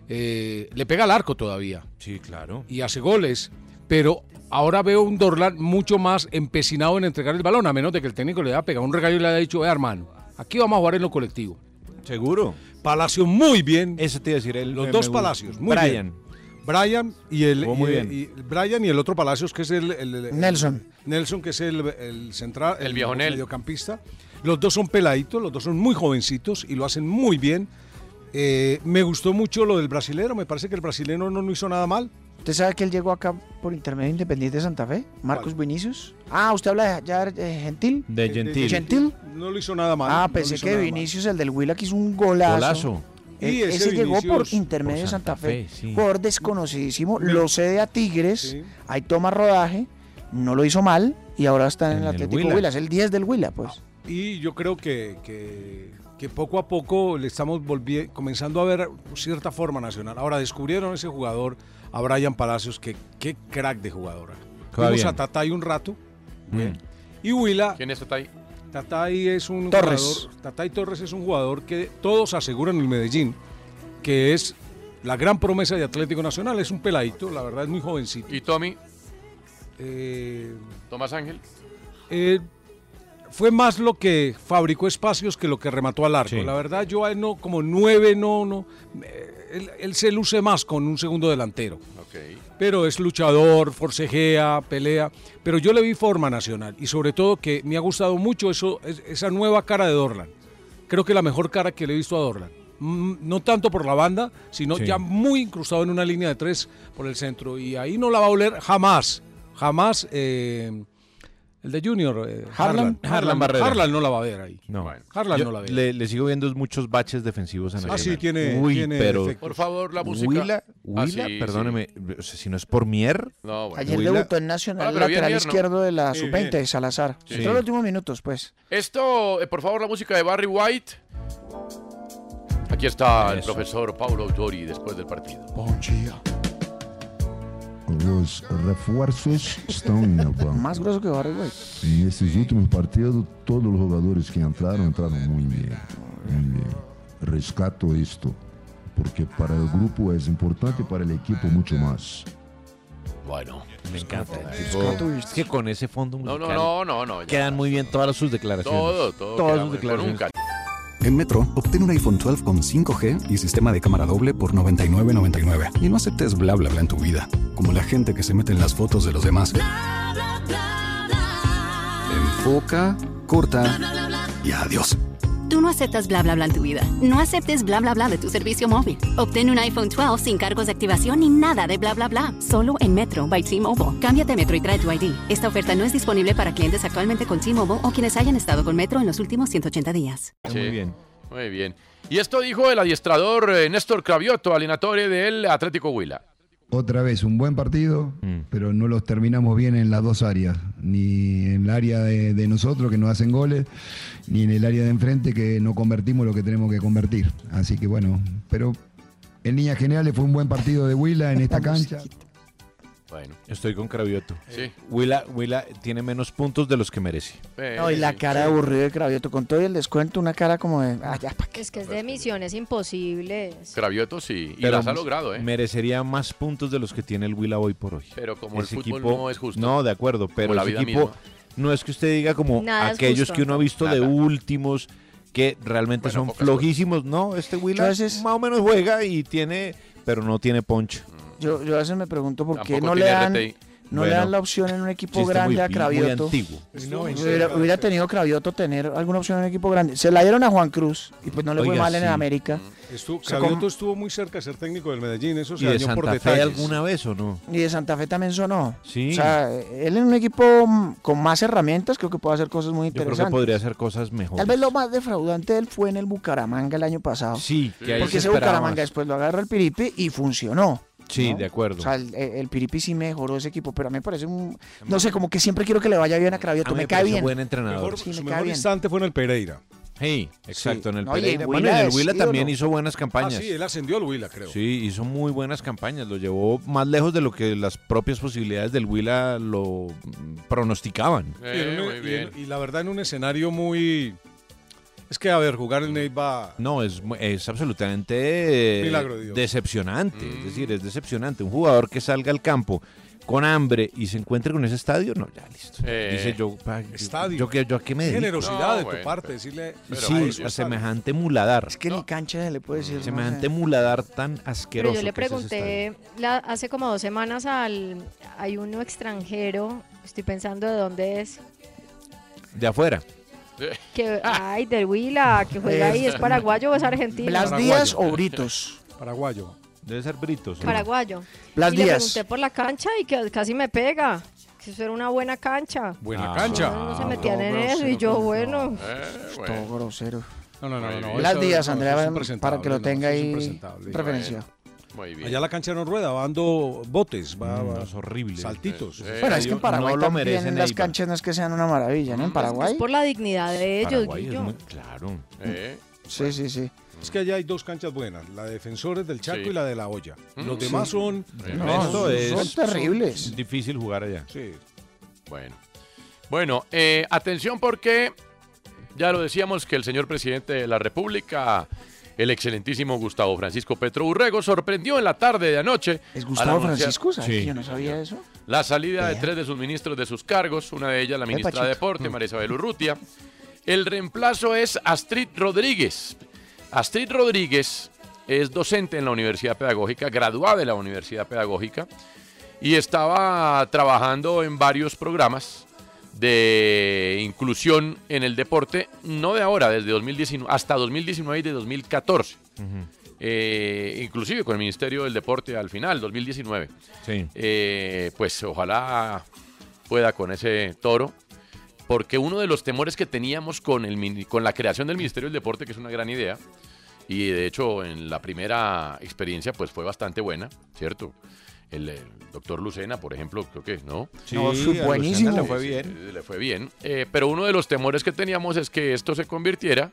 Eh, le pega al arco todavía. Sí, claro. Y hace goles. Pero ahora veo un Dorlan mucho más empecinado en entregar el balón, a menos de que el técnico le haya pegado un regalo y le haya dicho, eh, hermano, aquí vamos a jugar en lo colectivo. Seguro. Palacio muy bien. Eso te iba a decir él. Los me- dos me- palacios, muy Brian. bien. Brian y el, Jugó y- muy bien. y Brian y el otro Palacios que es el, el- el- Nelson. Nelson que es el, el central, El viejo Nel. mediocampista. Los dos son peladitos, los dos son muy jovencitos y lo hacen muy bien. Eh, me gustó mucho lo del brasilero, me parece que el brasilero no, no hizo nada mal. ¿Usted sabe que él llegó acá por intermedio de Independiente de Santa Fe? Marcos Vinicius. Ah, usted habla de ya, eh, Gentil. De Gentil. Gentil. No lo hizo nada mal. Ah, no pensé lo hizo que nada mal. Vinicius, el del Huila, que hizo un golazo. Golazo. Eh, Y ese ese, llegó por Vinicius- intermedio de por Santa, Santa Fe. Fe, sí. Jugador desconocidísimo. Lo cede a Tigres. Ahí toma rodaje. No lo hizo mal. Y ahora está en, el Atlético Huila. Huila. Es el 10 del Huila, pues. Y yo creo que, que- que poco a poco le estamos volvi- comenzando a ver cierta forma nacional. Ahora descubrieron ese jugador, a Brian Palacios, que qué crack de jugadora. Juega Vimos bien. Mm. a Tatay un rato. ¿eh? Bien. Y Huila. ¿Quién es Tatay? Tatay es un Torres. jugador. Tatay Torres es un jugador que todos aseguran en Medellín que es la gran promesa de Atlético Nacional. Es un peladito, la verdad es muy jovencito. Eh, ¿Y Tommy? ¿Tomás Ángel? eh, fue más lo que fabricó espacios que lo que remató al arco. Sí. La verdad, yo a él no, como nueve, no, no. eh, Él, él se luce más con un segundo delantero. Pero es luchador, forcejea, pelea. Pero yo le vi forma nacional y sobre todo que me ha gustado mucho eso, es- esa nueva cara de Dorlan. Creo que la mejor cara que le he visto a Dorlan. Mm, No tanto por la banda, sino Sí. ya muy incrustado en una línea de tres por el centro. Y ahí no la va a oler jamás. Jamás eh, el de Junior. eh, Harlan. Harlan Barrera. Harlan no la va a ver ahí. No. Harlan Yo no la ve. Le, le sigo viendo muchos baches defensivos a Sí. Nacional. Ah, sí, tiene- Uy, tiene pero defectos. Por favor, la música. Huila, Ah, Huila, sí, perdóneme, o sea, si no es por Mier. No, bueno. Ayer Huila- debutó en Nacional, Ah, pero bien lateral ayer, ¿no? izquierdo de la Sí, sub-20, bien. Salazar. Sí. Todos los últimos minutos, pues. Esto, eh, por favor, la música de Barry White. Aquí está el Eso. profesor Paulo Autori después del partido. Os reforços estão no banco. Más grueso que Barry White. Nesses últimos partidos, todos os jogadores que entraram, entraram muito bem. Muito bem. Rescato isto, porque para o grupo é importante e para o equipo muito mais. Bueno. Me encanta. Eh, tipo, es que con ese fondo No, no, musical no, no, no, ya. Quedan muy bien todas sus declaraciones. Todo, todo Todas queda sus muy- declaraciones. Nunca. En Metro, obtén un iPhone 12 con 5G y sistema de cámara doble por $99.99. Y no aceptes bla bla bla en tu vida, como la gente que se mete en las fotos de los demás. Enfoca, corta y adiós. Tú no aceptas bla bla bla en tu vida. No aceptes bla bla bla de tu servicio móvil. Obtén un iPhone 12 sin cargos de activación ni nada de bla bla bla. Solo en Metro by T-Mobile. Cámbiate a Metro y trae tu ID. Esta oferta no es disponible para clientes actualmente con T-Mobile o quienes hayan estado con Metro en los últimos 180 días. Muy bien. Muy bien. Y esto dijo el adiestrador eh, Néstor Cravioto, alienatore del Atlético Huila. Otra vez, un buen partido, pero no los terminamos bien en las dos áreas. Ni en el área de, de nosotros, que no hacen goles, ni en el área de enfrente, que no convertimos lo que tenemos que convertir. Así que bueno, pero en líneas generales fue un buen partido de Huila en esta cancha. Bueno. Estoy con Cravioto. Sí. Huila, Huila tiene menos puntos de los que merece. No, y la cara de aburrido de Cravioto. Con todo y el descuento, una cara como de. Ah, ya, ¿para qué? Es que es de misiones imposibles. Cravioto sí, y Pero las ha logrado, ¿eh? Merecería más puntos de los que tiene el Huila hoy por hoy. Pero como el Ese fútbol equipo- no es justo. No, de acuerdo, pero la ese vida equipo misma. no es que usted diga como Nada es aquellos justo. que uno ha visto de últimos que realmente son flojísimos. No, este Yo Huila a veces- más o menos juega y tiene, pero no tiene poncho. Yo, yo a veces me pregunto por qué Tampoco no le tiene dan, RTI. no le Bueno. dan la opción en un este equipo Chiste grande muy a pi- muy Cravioto. antiguo. Es Hubiera- hubiera, 97. tenido Cravioto tener alguna opción en un equipo grande. Se la dieron a Juan Cruz y pues no le fue Oiga, mal en sí. el América. Mm. Estuvo, Se Cravioto con- estuvo muy cerca de ser técnico del Medellín, eso se ¿Y de dañó por Santa Fe detalles. alguna vez o no? Y de Santa Fe también sonó. Sí. O sea, él en un equipo mm, con más herramientas creo que puede hacer cosas muy Yo creo que interesantes. podría hacer cosas Tal mejores. vez lo más defraudante de él fue en el Bucaramanga el año pasado. Sí, que ahí Porque se ese esperaba Bucaramanga más. después lo agarró el Piripi y funcionó. Sí, ¿no? de O acuerdo. sea, el, el Piripi sí mejoró ese equipo, pero a mí me parece un... No sé, como que siempre quiero que le vaya bien a Cravioto, A mí me, me cae parece bien. buen entrenador. Mejor- Sí, me Su cae mejor bien. instante fue en el Pereira. Sí, exacto, en el No, y en Pereira. Huila bueno, en el es Huila ídolo. también hizo buenas campañas. Ah, sí, él ascendió al Huila, creo. Sí, hizo muy buenas campañas, lo llevó más lejos de lo que las propias posibilidades del Huila lo mm, pronosticaban. Y en Eh, un- muy y en- bien. Y, la verdad en un escenario muy... Es que, a ver, jugar el Neiva... No, es, mu- es absolutamente eh, Ah. Milagro de Dios. Mm. decepcionante. Es decir, es decepcionante. Un jugador que salga al campo con hambre y se encuentre con ese estadio, no, ya listo. Eh, Dice yo, pa- yo- estadio. Yo, que- yo a qué me dedico? Generosidad de tu parte, decirle... sí, a a ellos, semejante muladar. Es que ni cancha se le puede decir. Semejante muladar tan asqueroso. Pero yo le que es ese estadio. pregunté la- hace como dos semanas al hay uno extranjero, estoy pensando de dónde es, De afuera. que ay, del Huila, que juega Pues ahí, es Es- paraguayo o es argentino. ¿Blas Díaz o Britos? Paraguayo. Debe ser Britos. ¿no? Paraguayo. Blas y le Díaz. pregunté por la cancha y que casi me pega. Que eso era una buena cancha. Ah. Buena cancha. No se metían en eso y yo, bueno. Eh, Pues Todo grosero. No, no, no. no Las eso- días, no, Andrea, eso es para- impresentable, para que lo no, tenga eso es ahí impresentable. referencia. Muy bien. Allá la cancha no rueda, va dando botes, va, va- Mm, es horrible. Eh, saltitos. Bueno, es que en Paraguay también las canchas no es que sean una maravilla, ¿no? En Es Paraguay. por la dignidad de ellos, Paraguay es Guillo. muy- Claro. Mm. Eh, Sí, sí, sí. Mm. Es que allá hay dos canchas buenas, la de Defensores del Chaco Sí. Mm. y la de La Olla. Los Sí. demás son... Tremendo. son- son- son difícil jugar allá. Sí. Bueno. Bueno, eh, atención porque ya lo decíamos que el señor presidente de la República, el excelentísimo Gustavo Francisco Petro Urrego, sorprendió en la tarde de anoche. ¿Es al Gustavo anunciar- Francisco? ¿Sabes que yo no sabía eso? La salida de tres de sus ministros de sus cargos, una de ellas la ministra de Pachito. Deporte, María Isabel Urrutia. El reemplazo es Astrid Rodríguez. Astrid Rodríguez es docente en la Universidad Pedagógica, graduada de la Universidad Pedagógica, y estaba trabajando en varios programas de inclusión en el deporte, no de ahora, desde 2019, hasta 2019 y de 2014. Eh, inclusive con el Ministerio del Deporte al final, 2019. Sí. Eh, pues ojalá pueda con ese toro, porque uno de los temores que teníamos con, el, mini- con la creación del Ministerio del Deporte, que es una gran idea, y de hecho en la primera experiencia pues fue bastante buena, ¿cierto? El, eh, doctor Lucena, por ejemplo, creo que, ¿no? Sí, No, sí, a Lucena buenísimo. le fue bien. Sí, le fue bien. Eh, pero uno de los temores que teníamos es que esto se convirtiera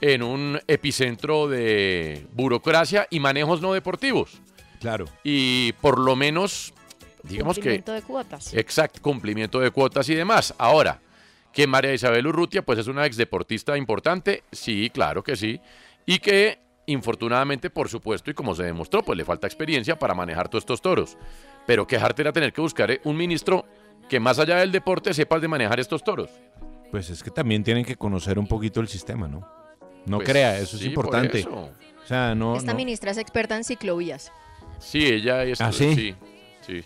en un epicentro de burocracia y manejos no deportivos. Claro. Y por lo menos, digamos que... Cumplimiento de cuotas. Exacto, cumplimiento de cuotas y demás. Ahora, que María Isabel Urrutia, pues es una exdeportista importante, sí, claro que sí, y que infortunadamente, por supuesto, y como se demostró, pues le falta experiencia para manejar todos estos toros. Pero qué harta era tener que buscar eh, un ministro que más allá del deporte sepa de manejar estos toros. Pues es que también tienen que conocer un poquito el sistema, ¿no? No Pues crea, eso es sí, por importante. eso. O sea, no. Esta no- ministra es experta en ciclovías. Sí, ella es... ¿Ah, sí? Sí, sí.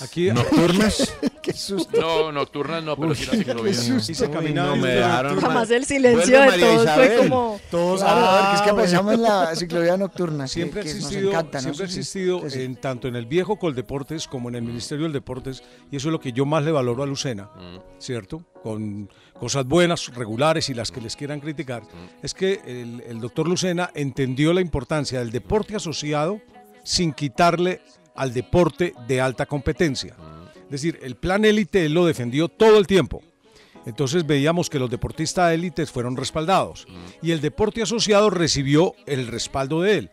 Aquí, ¿Nocturnas? Qué susto. No, nocturnas no, pero sí las ciclovías. Hice caminar no, y me la- dejaron Jamás el silencio de María todos fue Isabel. como. Todos Claro, a ver, que es que ah, bueno. pensamos en la ciclovía nocturna. Siempre ha que, que existido, nos encanta, ¿no? siempre ha Sí, sí. existido en tanto en el viejo Coldeportes como en el Ministerio del Deportes, y eso es lo que yo más le valoro a Lucena, ¿cierto? Con cosas buenas, regulares y las que les quieran criticar, es que el, el doctor Lucena entendió la importancia del deporte asociado sin quitarle al deporte de alta competencia. Es decir, el plan élite él lo defendió todo el tiempo. Entonces veíamos que los deportistas élites fueron respaldados y el deporte asociado recibió el respaldo de él.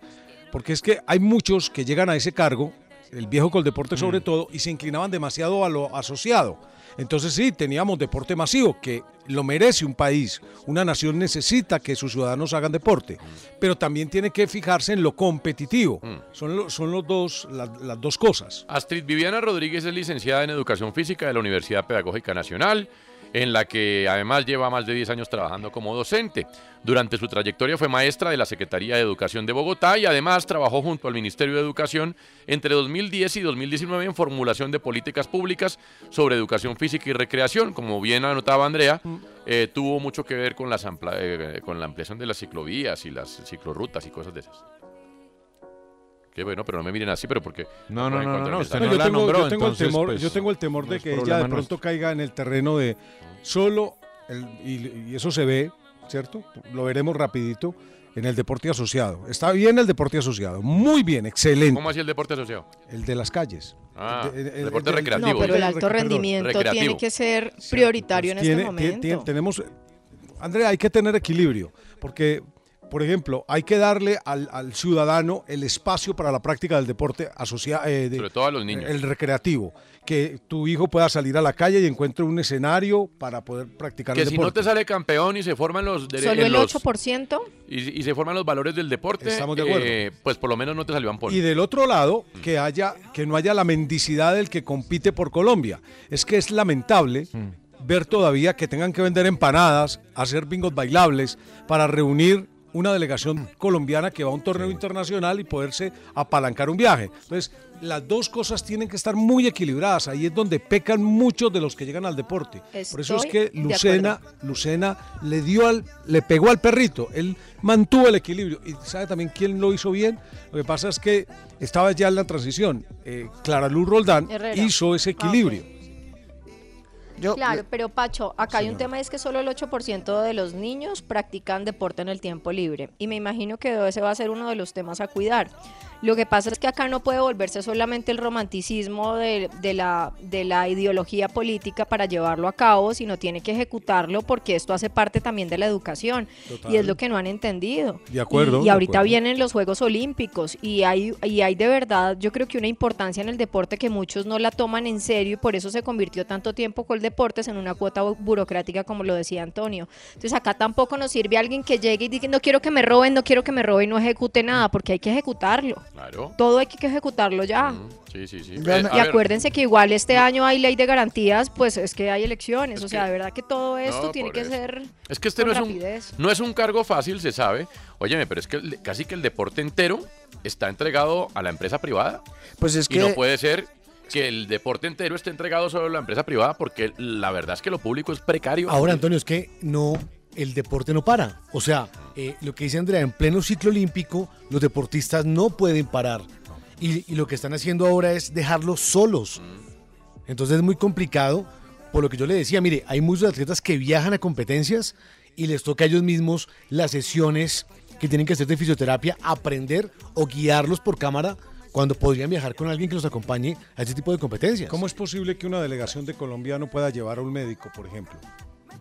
Porque es que hay muchos que llegan a ese cargo, el viejo con deporte sobre todo, y se inclinaban demasiado a lo asociado. Entonces sí, teníamos deporte masivo, que lo merece un país. Una nación necesita que sus ciudadanos hagan deporte, pero también tiene que fijarse en lo competitivo. Son, lo- son los dos, la- las dos cosas. Astrid Viviana Rodríguez es licenciada en Educación Física de la Universidad Pedagógica Nacional. en la que además lleva más de 10 años trabajando como docente. Durante su trayectoria fue maestra de la Secretaría de Educación de Bogotá y además trabajó junto al Ministerio de Educación entre 2010 y 2019 en formulación de políticas públicas sobre educación física y recreación. Como bien anotaba Andrea, Mm. eh, tuvo mucho que ver con, las ampla- eh, con la ampliación de las ciclovías y las ciclorrutas y cosas de esas. Qué bueno, pero no me miren así, pero porque... pueden No, no, no, no, encontrar no, mis usted datos. no la tengo, nombró, yo tengo entonces, el temor, pues, yo tengo el temor de no es que ella problema de pronto caiga en el terreno de solo, el- y, y eso se ve, ¿cierto? Lo veremos rapidito en el deporte asociado. Está bien el deporte asociado, muy bien, excelente. ¿Cómo así el deporte asociado? El de las calles. Ah, El de- el- el- deporte el- el- recreativo. no, pero el alto Perdón, rendimiento tiene recreativo. que ser prioritario en Tiene- este tie- momento. tie- tenemos, Andrea, hay que tener equilibrio, porque, por ejemplo, hay que darle al, al ciudadano el espacio para la práctica del deporte eh, asociado, Sobre todo a los niños. el recreativo, que tu hijo pueda salir a la calle y encuentre un escenario para poder practicar Que el si no deporte. te sale campeón y se forman los... dere- Solo en el los- 8%. y, y se forman los valores del deporte, Estamos de acuerdo. eh, pues por lo menos no te salió Ampol. y del otro lado, Mm. que haya que no haya la mendicidad del que compite por Colombia. Es que es lamentable ver todavía que tengan que vender empanadas, hacer bingos bailables para reunir una delegación colombiana que va a un torneo internacional y poderse apalancar un viaje. Entonces, las dos cosas tienen que estar muy equilibradas. Ahí es donde pecan muchos de los que llegan al deporte. Por eso es Estoy que de Lucena, Lucena le dio al, le pegó al perrito. Él mantuvo el equilibrio. Y sabe también quién lo hizo bien. Lo que pasa es que estaba ya en la transición. Eh, Clara Luz Roldán Herrera. Ah, hizo ese equilibrio. claro, pero Pacho, acá hay un tema es que solo el 8% de los niños practican deporte en el tiempo libre y me imagino que ese va a ser uno de los temas a cuidar. Lo que pasa es que acá no puede volverse solamente el romanticismo de, de la, de la ideología política para llevarlo a cabo, sino tiene que ejecutarlo porque esto hace parte también de la educación y es Total. lo que no han entendido. De acuerdo, Y, y de ahorita acuerdo. vienen los Juegos Olímpicos y hay, y hay de verdad, yo creo que una importancia en el deporte que muchos no la toman en serio y por eso se convirtió tanto tiempo con deportes en una cuota bu- burocrática como lo decía Antonio. Entonces acá tampoco nos sirve alguien que llegue y diga no quiero que me roben, no quiero que me roben, no ejecute nada porque hay que ejecutarlo. Claro. Todo hay que ejecutarlo ya. Sí, sí, sí. Y Eh, a ver, acuérdense que igual este año hay ley de garantías, pues es que hay elecciones, o sea, de verdad que todo esto No, tiene por que eso. ser Es que este no con es, un, rapidez. no es un cargo fácil, se sabe. Óyeme, pero es que el- casi que el deporte entero está entregado a la empresa privada. Pues es Y que- no puede ser que el deporte entero esté entregado solo a la empresa privada porque la verdad es que lo público es precario. Ahora, Antonio, es que no, el deporte no para. O sea, eh, lo que dice Andrea, en pleno ciclo olímpico, los deportistas no pueden parar. Y, y lo que están haciendo ahora es dejarlos solos. Entonces es muy complicado. Por lo que yo le decía, mire, hay muchos atletas que viajan a competencias y les toca a ellos mismos las sesiones que tienen que hacer de fisioterapia, aprender o guiarlos por cámara cuando podrían viajar con alguien que los acompañe a este tipo de competencias. ¿Cómo es posible que una delegación de Colombia no pueda llevar a un médico, por ejemplo?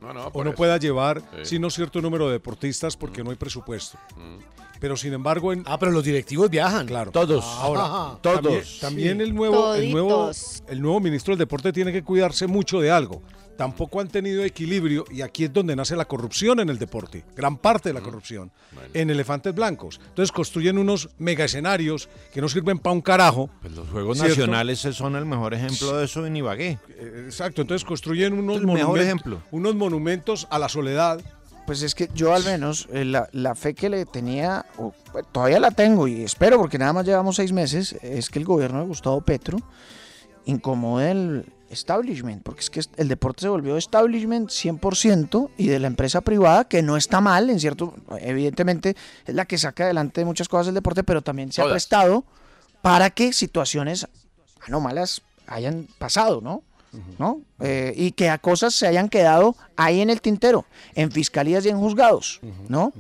No, no, o por no eso. pueda llevar Sí. sino cierto número de deportistas porque no hay presupuesto. Mm. Pero sin embargo, en, ah, pero los directivos viajan, claro, Ah, Todos. Ahora, Ajá. Todos. También, también el nuevo, el nuevo, Toditos. el nuevo ministro del deporte tiene que cuidarse mucho de algo. Tampoco han tenido equilibrio y aquí es donde nace la corrupción en el deporte, gran parte Mm. de la corrupción, en elefantes blancos. Entonces construyen unos mega escenarios que no sirven para un carajo. Pues los Juegos ¿cierto? Nacionales son el mejor ejemplo de eso en Ibagué. Eh, Exacto, entonces construyen unos, El mejor monumentos- ejemplo. unos monumentos a la soledad. Pues es que yo al menos eh, la, la fe que le tenía, o, pues, todavía la tengo y espero porque nada más llevamos seis meses, es que el gobierno de Gustavo Petro incomode el establishment, porque es que el deporte se volvió establishment 100% y de la empresa privada, que no está mal, en cierto, evidentemente es la que saca adelante muchas cosas del deporte, pero también se ha Todas. prestado para que situaciones anómalas hayan pasado, ¿no? ¿no? Eh, y que a cosas se hayan quedado ahí en el tintero, en fiscalías y en juzgados, ¿no?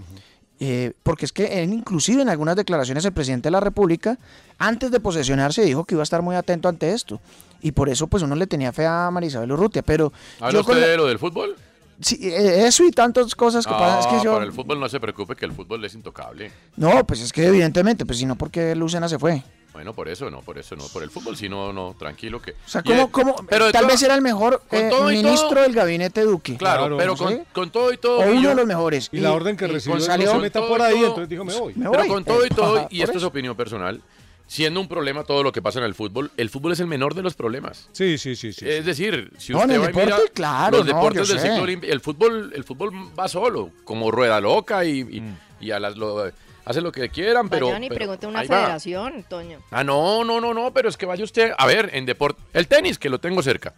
Eh, porque es que él, inclusive en algunas declaraciones el presidente de la República, antes de posesionarse, dijo que iba a estar muy atento ante esto. Y por eso, pues uno le tenía fe a Marisabel Urrutia. Pero ¿Habla con usted la- de lo del fútbol? Sí, eh, eso y tantas cosas que pasan. Es Ah, que yo. Para el fútbol no se preocupe que el fútbol es intocable. No, pues es que evidentemente, pues si no, porque Lucena se fue? Bueno, por eso no, por eso no, por el fútbol, si no, no, tranquilo que... O sea, ¿cómo, cómo- de tal todas- vez era el mejor con eh, todo y todo- ministro del gabinete Duque. Claro, pero ¿sí? con, con todo y todo... O uno yo- de los mejores. Y la orden que y recibió con es no salió- se meta todo por y ahí, todo- entonces dijo, me voy. Pero con todo y todo, Por y esto es eso. opinión personal, siendo un problema todo lo que pasa en el fútbol, el fútbol es el menor de los problemas. Sí, sí, sí. sí. Es decir, si No, usted en el va y deporte, mira claro, los no, deportes yo del sé. ciclo olímpico, el fútbol, el fútbol va solo, como rueda loca y, y- Mm. y a las lo, hace lo que quieran, pero. Vayan y pero pregunten a una ahí va. federación, Toño. Ah, no, no, no, no, pero es que vaya usted. A ver, en deporte. El tenis, que lo tengo cerca.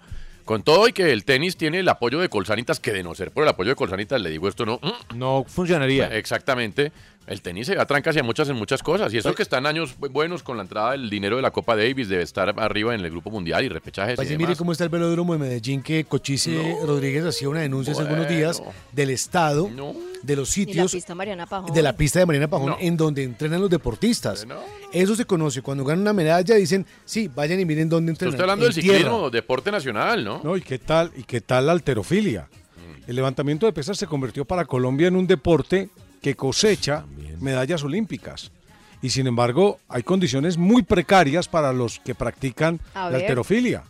Con todo y que el tenis tiene el apoyo de Colsanitas, que de no ser por el apoyo de Colsanitas, le digo esto, no. mm. No funcionaría. Exactamente. El tenis se atranca hacia muchas en muchas cosas. Y Pues eso que están años bu- buenos con la entrada del dinero de la Copa Davis, debe estar arriba en el grupo mundial y repechajes. Vaya, y Pues mire demás. cómo está el velódromo de Medellín, que Cochise Rodríguez hacía una denuncia hace algunos días del estado, de los Y la sitios, pista Mariana Pajón. de la pista de Marina Pajón, No. en donde entrenan los deportistas. Eso se conoce. Cuando ganan una medalla dicen, sí, vayan y miren dónde Usted entrenan. está hablando en del tierra. ciclismo, deporte nacional, ¿no? No, ¿y qué tal, y qué tal la alterofilia? Mm. El levantamiento de pesas se convirtió para Colombia en un deporte que cosecha medallas olímpicas. Y sin embargo, hay condiciones muy precarias para los que practican A la ver. alterofilia.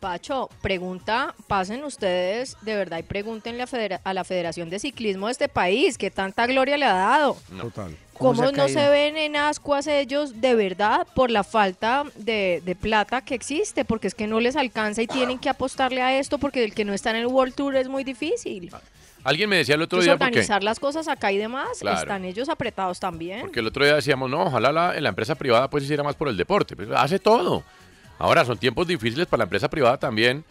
Pacho, pregunta, pasen ustedes de verdad y pregúntenle a, federa- a la Federación de Ciclismo de este país que tanta gloria le ha dado. Total. ¿Cómo, no se ven en ascuas ellos de verdad por la falta de, de plata que existe? Porque es que no les alcanza y tienen que apostarle a esto porque el que no está en el World Tour es muy difícil. Alguien me decía el Ah, otro Entonces, día porque, organizar las cosas acá y demás, Claro. están ellos apretados también. porque el otro día decíamos, no, ojalá la, la empresa privada pues hiciera más por el deporte. Pues, hace todo. Ahora son tiempos difíciles para la empresa privada también.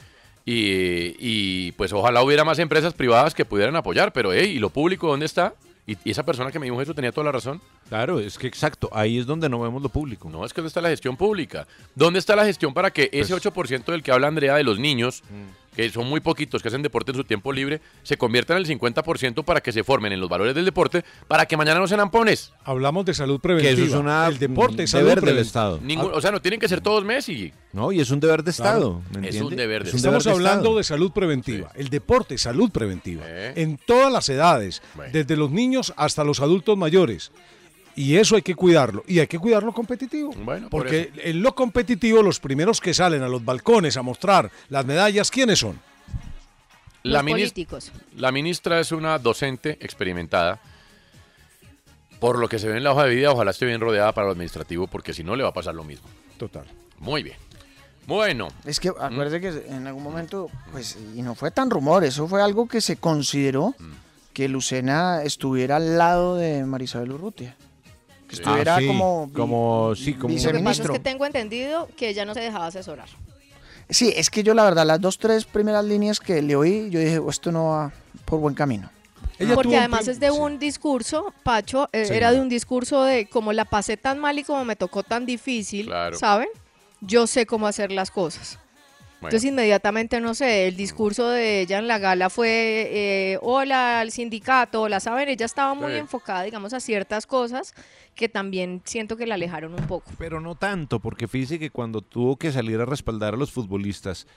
Y, y, pues ojalá hubiera más empresas privadas que pudieran apoyar, pero hey, ¿y lo público dónde está? Y, y esa persona que me dijo eso tenía toda la razón. Claro, es que exacto, ahí es donde no vemos lo público. No, es que ¿dónde está la gestión pública? ¿Dónde está la gestión para que Pues ese 8% del que habla Andrea de los niños, Mm. que son muy poquitos que hacen deporte en su tiempo libre, se conviertan en el 50% para que se formen en los valores del deporte, para que mañana no sean ampones? Hablamos de salud preventiva. eso es una- el deporte es un salud deber del preventiva. Estado. Ningún- o sea, no tienen que ser todos Messi. No, y es un deber de Estado. ¿me Es un entiende? deber de Es Estamos deber de hablando Estado. Eh. de salud preventiva. El deporte es salud preventiva. En todas las edades, desde los niños hasta los adultos mayores. Y eso hay que cuidarlo. Y hay que cuidarlo competitivo. por porque en lo competitivo, los primeros que salen a los balcones a mostrar las medallas, ¿quiénes son? La, Los minis- políticos. la ministra es una docente experimentada. Por lo que se ve en la hoja de vida, ojalá esté bien rodeada para lo administrativo, porque si no le va a pasar lo mismo. Total. Muy bien. Bueno, Es que acuérdate que en algún momento, pues, y no fue tan rumor, eso fue algo que se consideró que Lucena estuviera al lado de Marisabel Urrutia. Que Sí. estuviera Ah, sí, como. como- sí, como- Lo que pasa es viceministro. que tengo entendido que ella no se dejaba asesorar. Sí, es que yo la verdad, las dos, tres primeras líneas que le oí, yo dije, "Oh, esto no va por buen camino. Porque además es de un discurso, Pacho, eh, Sí. era de un discurso de como la pasé tan mal y como me tocó tan difícil, Claro. ¿saben? Yo sé cómo hacer las cosas. Entonces inmediatamente, no sé, el discurso de ella en la gala fue, eh, hola al sindicato, la saben, ella estaba muy Sí. enfocada, digamos, a ciertas cosas que también siento que la alejaron un poco. Pero no tanto, porque fíjese que cuando tuvo que salir a respaldar a los futbolistas,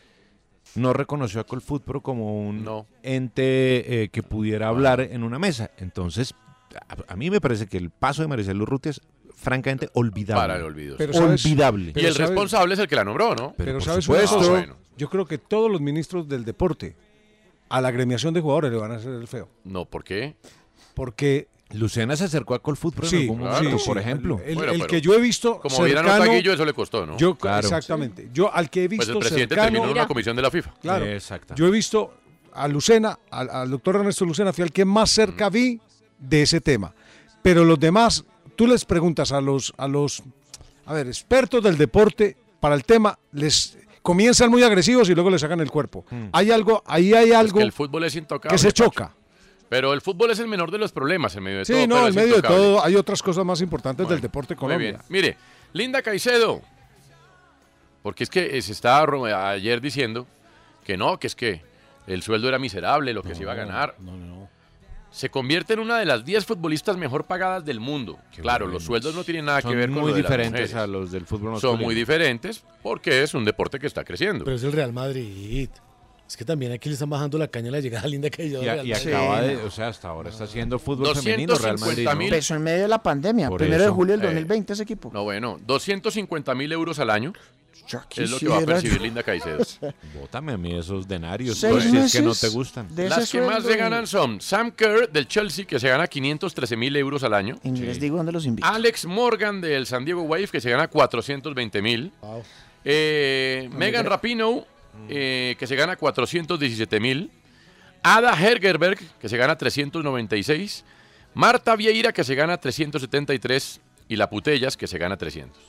no reconoció a Colfutpro como un ente eh, que pudiera hablar en una mesa. Entonces, a, a mí me parece que el paso de Maricel Urrutia es francamente olvidable. para el olvido. olvidable. Y el responsable es el que la nombró, ¿no? Pues, Pero, ¿sabes una cosa? Yo creo que todos los ministros del deporte a la agremiación de jugadores le van a hacer el feo. No, ¿por qué? Porque Lucena se acercó a Colfutpro en algún momento, por ejemplo. El, el que yo he visto Como vieran cercano, un taguillo, eso le costó, ¿no? Yo, Claro. Exactamente. Yo al que he visto Pues el presidente cercano- terminó en una comisión de la FIFA. Claro. Exactamente. Yo he visto a Lucena, al, al doctor Ernesto Lucena, fue el que más cerca Mm. vi de ese tema. Pero los demás, tú les preguntas a los, a los, a ver, expertos del deporte para el tema, les comienzan muy agresivos y luego les sacan el cuerpo. Hay algo, ahí hay algo Mm. que el fútbol es intocable. que se choca. Pero el fútbol es el menor de los problemas en medio de Sí, todo. no, pero en es medio de intocable. todo hay otras cosas más importantes del deporte Muy colombiano. bien. Mire, Linda Caicedo. Porque es que eh, se estaba ro- ayer diciendo que no, que es que el sueldo era miserable, lo que se iba a ganar. Se convierte en una de las 10 futbolistas mejor pagadas del mundo. claro, los sueldos no tienen nada Son que ver con muy lo de las diferentes mujeres. a los del fútbol Son masculino. muy diferentes porque es un deporte que está creciendo. Pero es el Real Madrid. Es que también aquí le están bajando la caña a la llegada linda que Y, a- y acaba de, o sea, hasta ahora está haciendo fútbol femenino Real Madrid. ¿no? Empezó en medio de la pandemia, Por primero de eso, julio del eh, 2020 ese equipo. No, bueno, 250 mil euros al año Es lo que va a percibir Linda Caicedo. Bótame a mí esos denarios, Seis pues, si es que no meses te gustan. de Las ese que más sueldo. se ganan son Sam Kerr del Chelsea, que se gana 513 mil euros al año. Y les digo dónde los invito. Alex Morgan del San Diego Wave, que se gana 420 mil. Eh, Megan Rapinoe, eh, que se gana 417 mil. Ada Hergerberg, que se gana 396. Marta Vieira, que se gana 373. Y La Putellas, que se gana 300.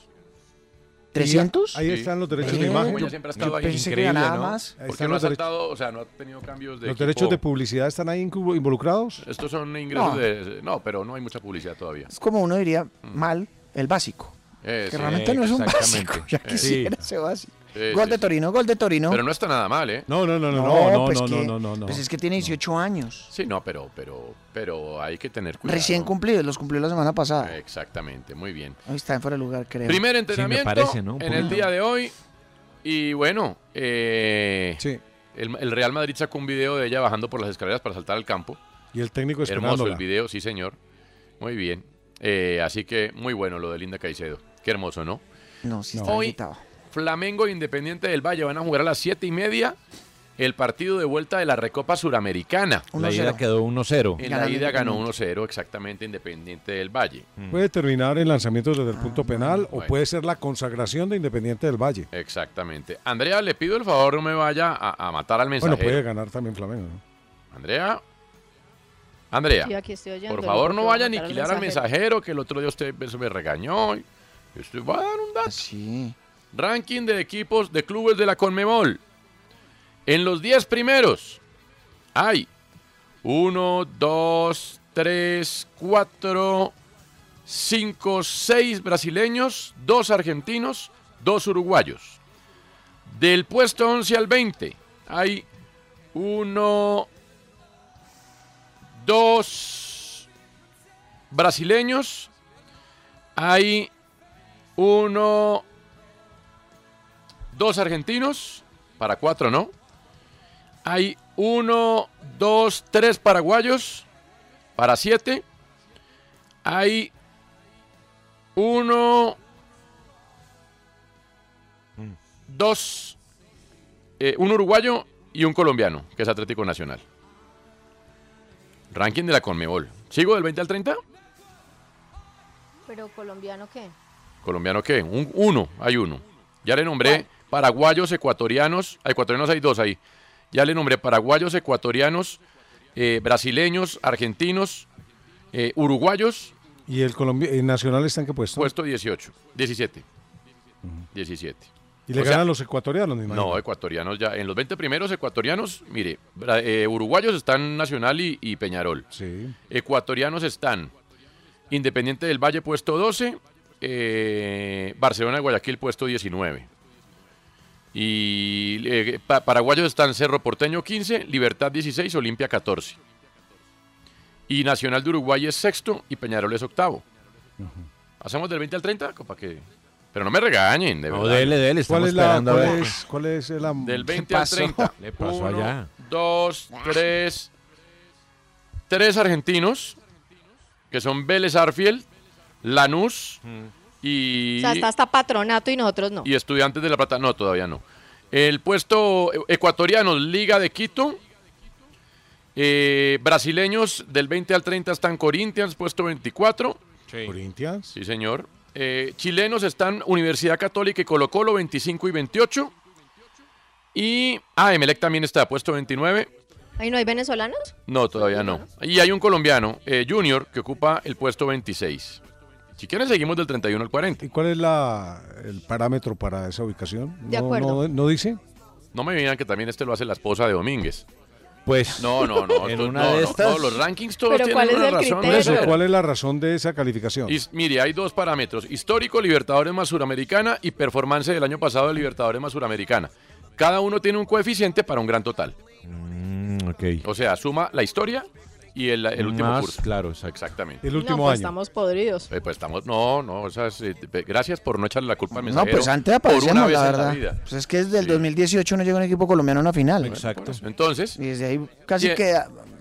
¿300? Sí. Ahí están los derechos Sí, de imagen. como ella siempre ha estado ahí. ¿no? Ahí Porque están no ha los, derechos- saltado, o sea, no ha tenido cambios de los equipo. derechos de publicidad están ahí incu- involucrados. Estos son ingresos No. de... No, pero no hay mucha publicidad todavía. Es como uno diría Mm. mal el básico. Eh, que sí. realmente no es un Exactamente. básico. Ya Eh, quisiera sí. ese básico. Eh, gol sí, de sí. Torino, gol de Torino. Pero no está nada mal, ¿eh? No, no, no, pues que- Pues es que tiene 18 años. Sí, no, pero, pero, pero hay que tener cuidado. Recién cumplidos, los cumplió la semana pasada. Exactamente, muy bien. Hoy está en fuera de lugar, creo. Primer entrenamiento en el día de hoy. Y bueno, eh, el, el Real Madrid sacó un video de ella bajando por las escaleras para saltar al campo. Y el técnico Hermoso el esperándola. video, sí, señor. Muy bien. Eh, así que muy bueno lo de Linda Caicedo. Qué hermoso, ¿no? No, sí está Hoy, agitado. Flamengo e Independiente del Valle van a jugar a las 7 y media el partido de vuelta de la Recopa Suramericana. La ida quedó 1-0. En la ida ganó 1-0 exactamente Independiente del Valle. Puede terminar en lanzamiento desde el Ah, punto penal o puede ser la consagración de Independiente del Valle. Exactamente. Andrea, le pido el favor, no me vaya a, a matar al mensajero. Bueno, puede ganar también Flamengo. ¿no? Andrea. Andrea, Sí, aquí estoy oyéndolo, por favor no porque voy vaya a matar al aniquilar al mensajero. mensajero, que el otro día usted me- se me regañó. y- y Usted va a dar un dato. Ranking de equipos de clubes de la Conmebol. En los 10 primeros hay 1, 2, 3, 4, 5, 6 brasileños, 2 argentinos, 2 uruguayos. Del puesto 11 al 20 hay 1, 2 brasileños, hay 1, 2 argentinos, para 4 no. Hay 1, 2, 3 paraguayos, para 7. Hay 1, 2, eh, un uruguayo y un colombiano, que es Atlético Nacional. Ranking de la Conmebol. ¿Sigo del 20 al 30? Pero colombiano qué? ¿Colombiano qué? Un, uno, hay uno. Ya le nombré paraguayos, ecuatorianos. ah, Ecuatorianos hay dos ahí. Ya le nombré paraguayos, ecuatorianos, eh, brasileños, argentinos, eh, uruguayos. ¿Y el, Colombi- el Nacional está en qué puesto? Puesto 18. 17. 17. y le o sea, ganan los ecuatorianos, me imagino. No, ecuatorianos ya. En los 20 primeros ecuatorianos, mire, bra- eh, uruguayos están Nacional y, y Peñarol. Ecuatorianos están Independiente del Valle puesto 12, eh, Barcelona de Guayaquil puesto 19. Y eh, pa- paraguayos están Cerro Porteño 15, Libertad 16, Olimpia 14. Y Nacional de Uruguay es sexto y Peñarol es octavo. ¿Hacemos del 20 al 30? Para que... Pero no me regañen, de No, verdad. dele, dele, ¿Cuál Estamos es la esperando a cuál ver. es, cuál es la Del ¿Qué 20 al pasó? 30. Le pasó Uno, allá. Dos, tres. Tres argentinos, que son Vélez Arfiel, Lanús y, O sea, está hasta patronato y nosotros no. y Estudiantes de La Plata. No, todavía no. El puesto e- ecuatoriano, Liga de Quito. Eh, brasileños, del 20 al 30 están Corinthians, puesto 24. Corinthians. Sí, señor. Eh, chilenos están Universidad Católica y Colo Colo, 25 y 28. Y ah, Emelec también está, puesto 29. ¿Ahí no hay venezolanos? No, todavía no. Y hay un colombiano, eh, Junior, que ocupa el puesto 26. Si quieren, seguimos del 31 al 40. ¿Y cuál es la, el parámetro para esa ubicación? De ¿No- acuerdo. no- ¿No dice? No me digan que también este lo hace la esposa de Domínguez. Pues. No, no, no. en no, una no, de no, estas- no, los rankings todos Pero tienen ¿cuál es una el razón. Por eso, ¿cuál es la razón de esa calificación? Y, mire, hay dos parámetros: histórico Libertadores más Suramericana y performance del año pasado de Libertadores más Suramericana. Cada uno tiene un coeficiente para un gran total. mm, O sea, suma la historia y el, el último Más, curso. Claro, exactamente. El no, pues estamos podridos. Eh, pues estamos, no, no, esas, eh, pe- gracias por no echarle la culpa al No, mensajero. pues antes por aparecemos, una vez la en verdad. vida. Pues es que desde el 2018 no llega un equipo colombiano a una final. Entonces, Y desde ahí pues, casi Die- que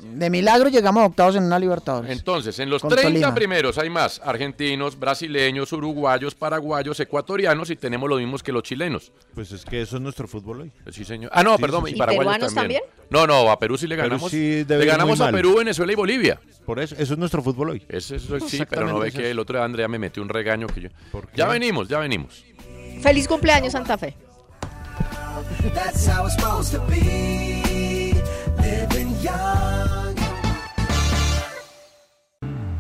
De milagro llegamos a octavos en una Libertadores. Entonces, en los Con 30 Tolima. primeros hay más argentinos, brasileños, uruguayos, paraguayos, ecuatorianos y tenemos los mismos que los chilenos. Pues es que eso es nuestro fútbol hoy. Sí, señor. Ah, no, Sí, perdón, sí, sí. y paraguayos ¿Y peruanos también. No, no, a Perú sí le Perú ganamos. sí debe le ir ganamos muy a mal. Perú, Venezuela y Bolivia. Por eso, eso es nuestro fútbol hoy. Ese es- sí, pero no ve Exactamente, que el otro Andrea me metió un regaño que yo. Ya venimos, ya venimos. Feliz cumpleaños, Santa Fe. That's how it's supposed to be. Living young.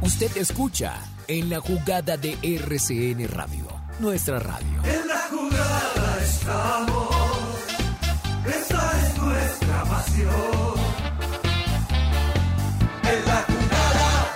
Usted escucha en la jugada de RCN Radio, nuestra radio. En la jugada estamos. Esta es nuestra pasión. En la jugada.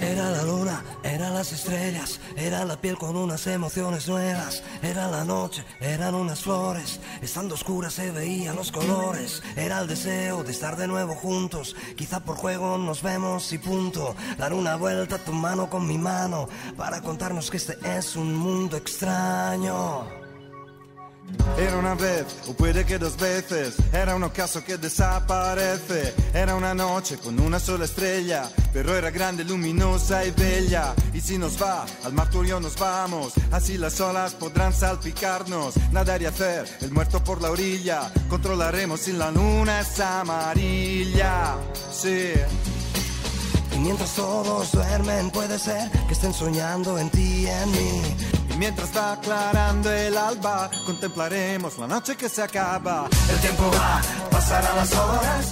Era la luna, eran las estrellas, era la piel con unas emociones nuevas, era la noche, eran unas flores, estando oscuras se veían los colores, era el deseo de estar de nuevo juntos, quizá por juego nos vemos y punto, dar una vuelta tu mano con mi mano, para contarnos que este es un mundo extraño. Era una vez, o puede que dos veces, era un ocaso que desaparece. Era una noche con una sola estrella, pero era grande, luminosa y bella. Y si nos va, al mar tú y yo nos vamos, así las olas podrán salpicarnos. Nadar y hacer el muerto por la orilla, controlaremos si la luna es amarilla. Sí. Y mientras todos duermen puede ser que estén soñando en ti y en mí. Y mientras va aclarando el alba, contemplaremos la noche que se acaba. El tiempo va, pasarán las horas.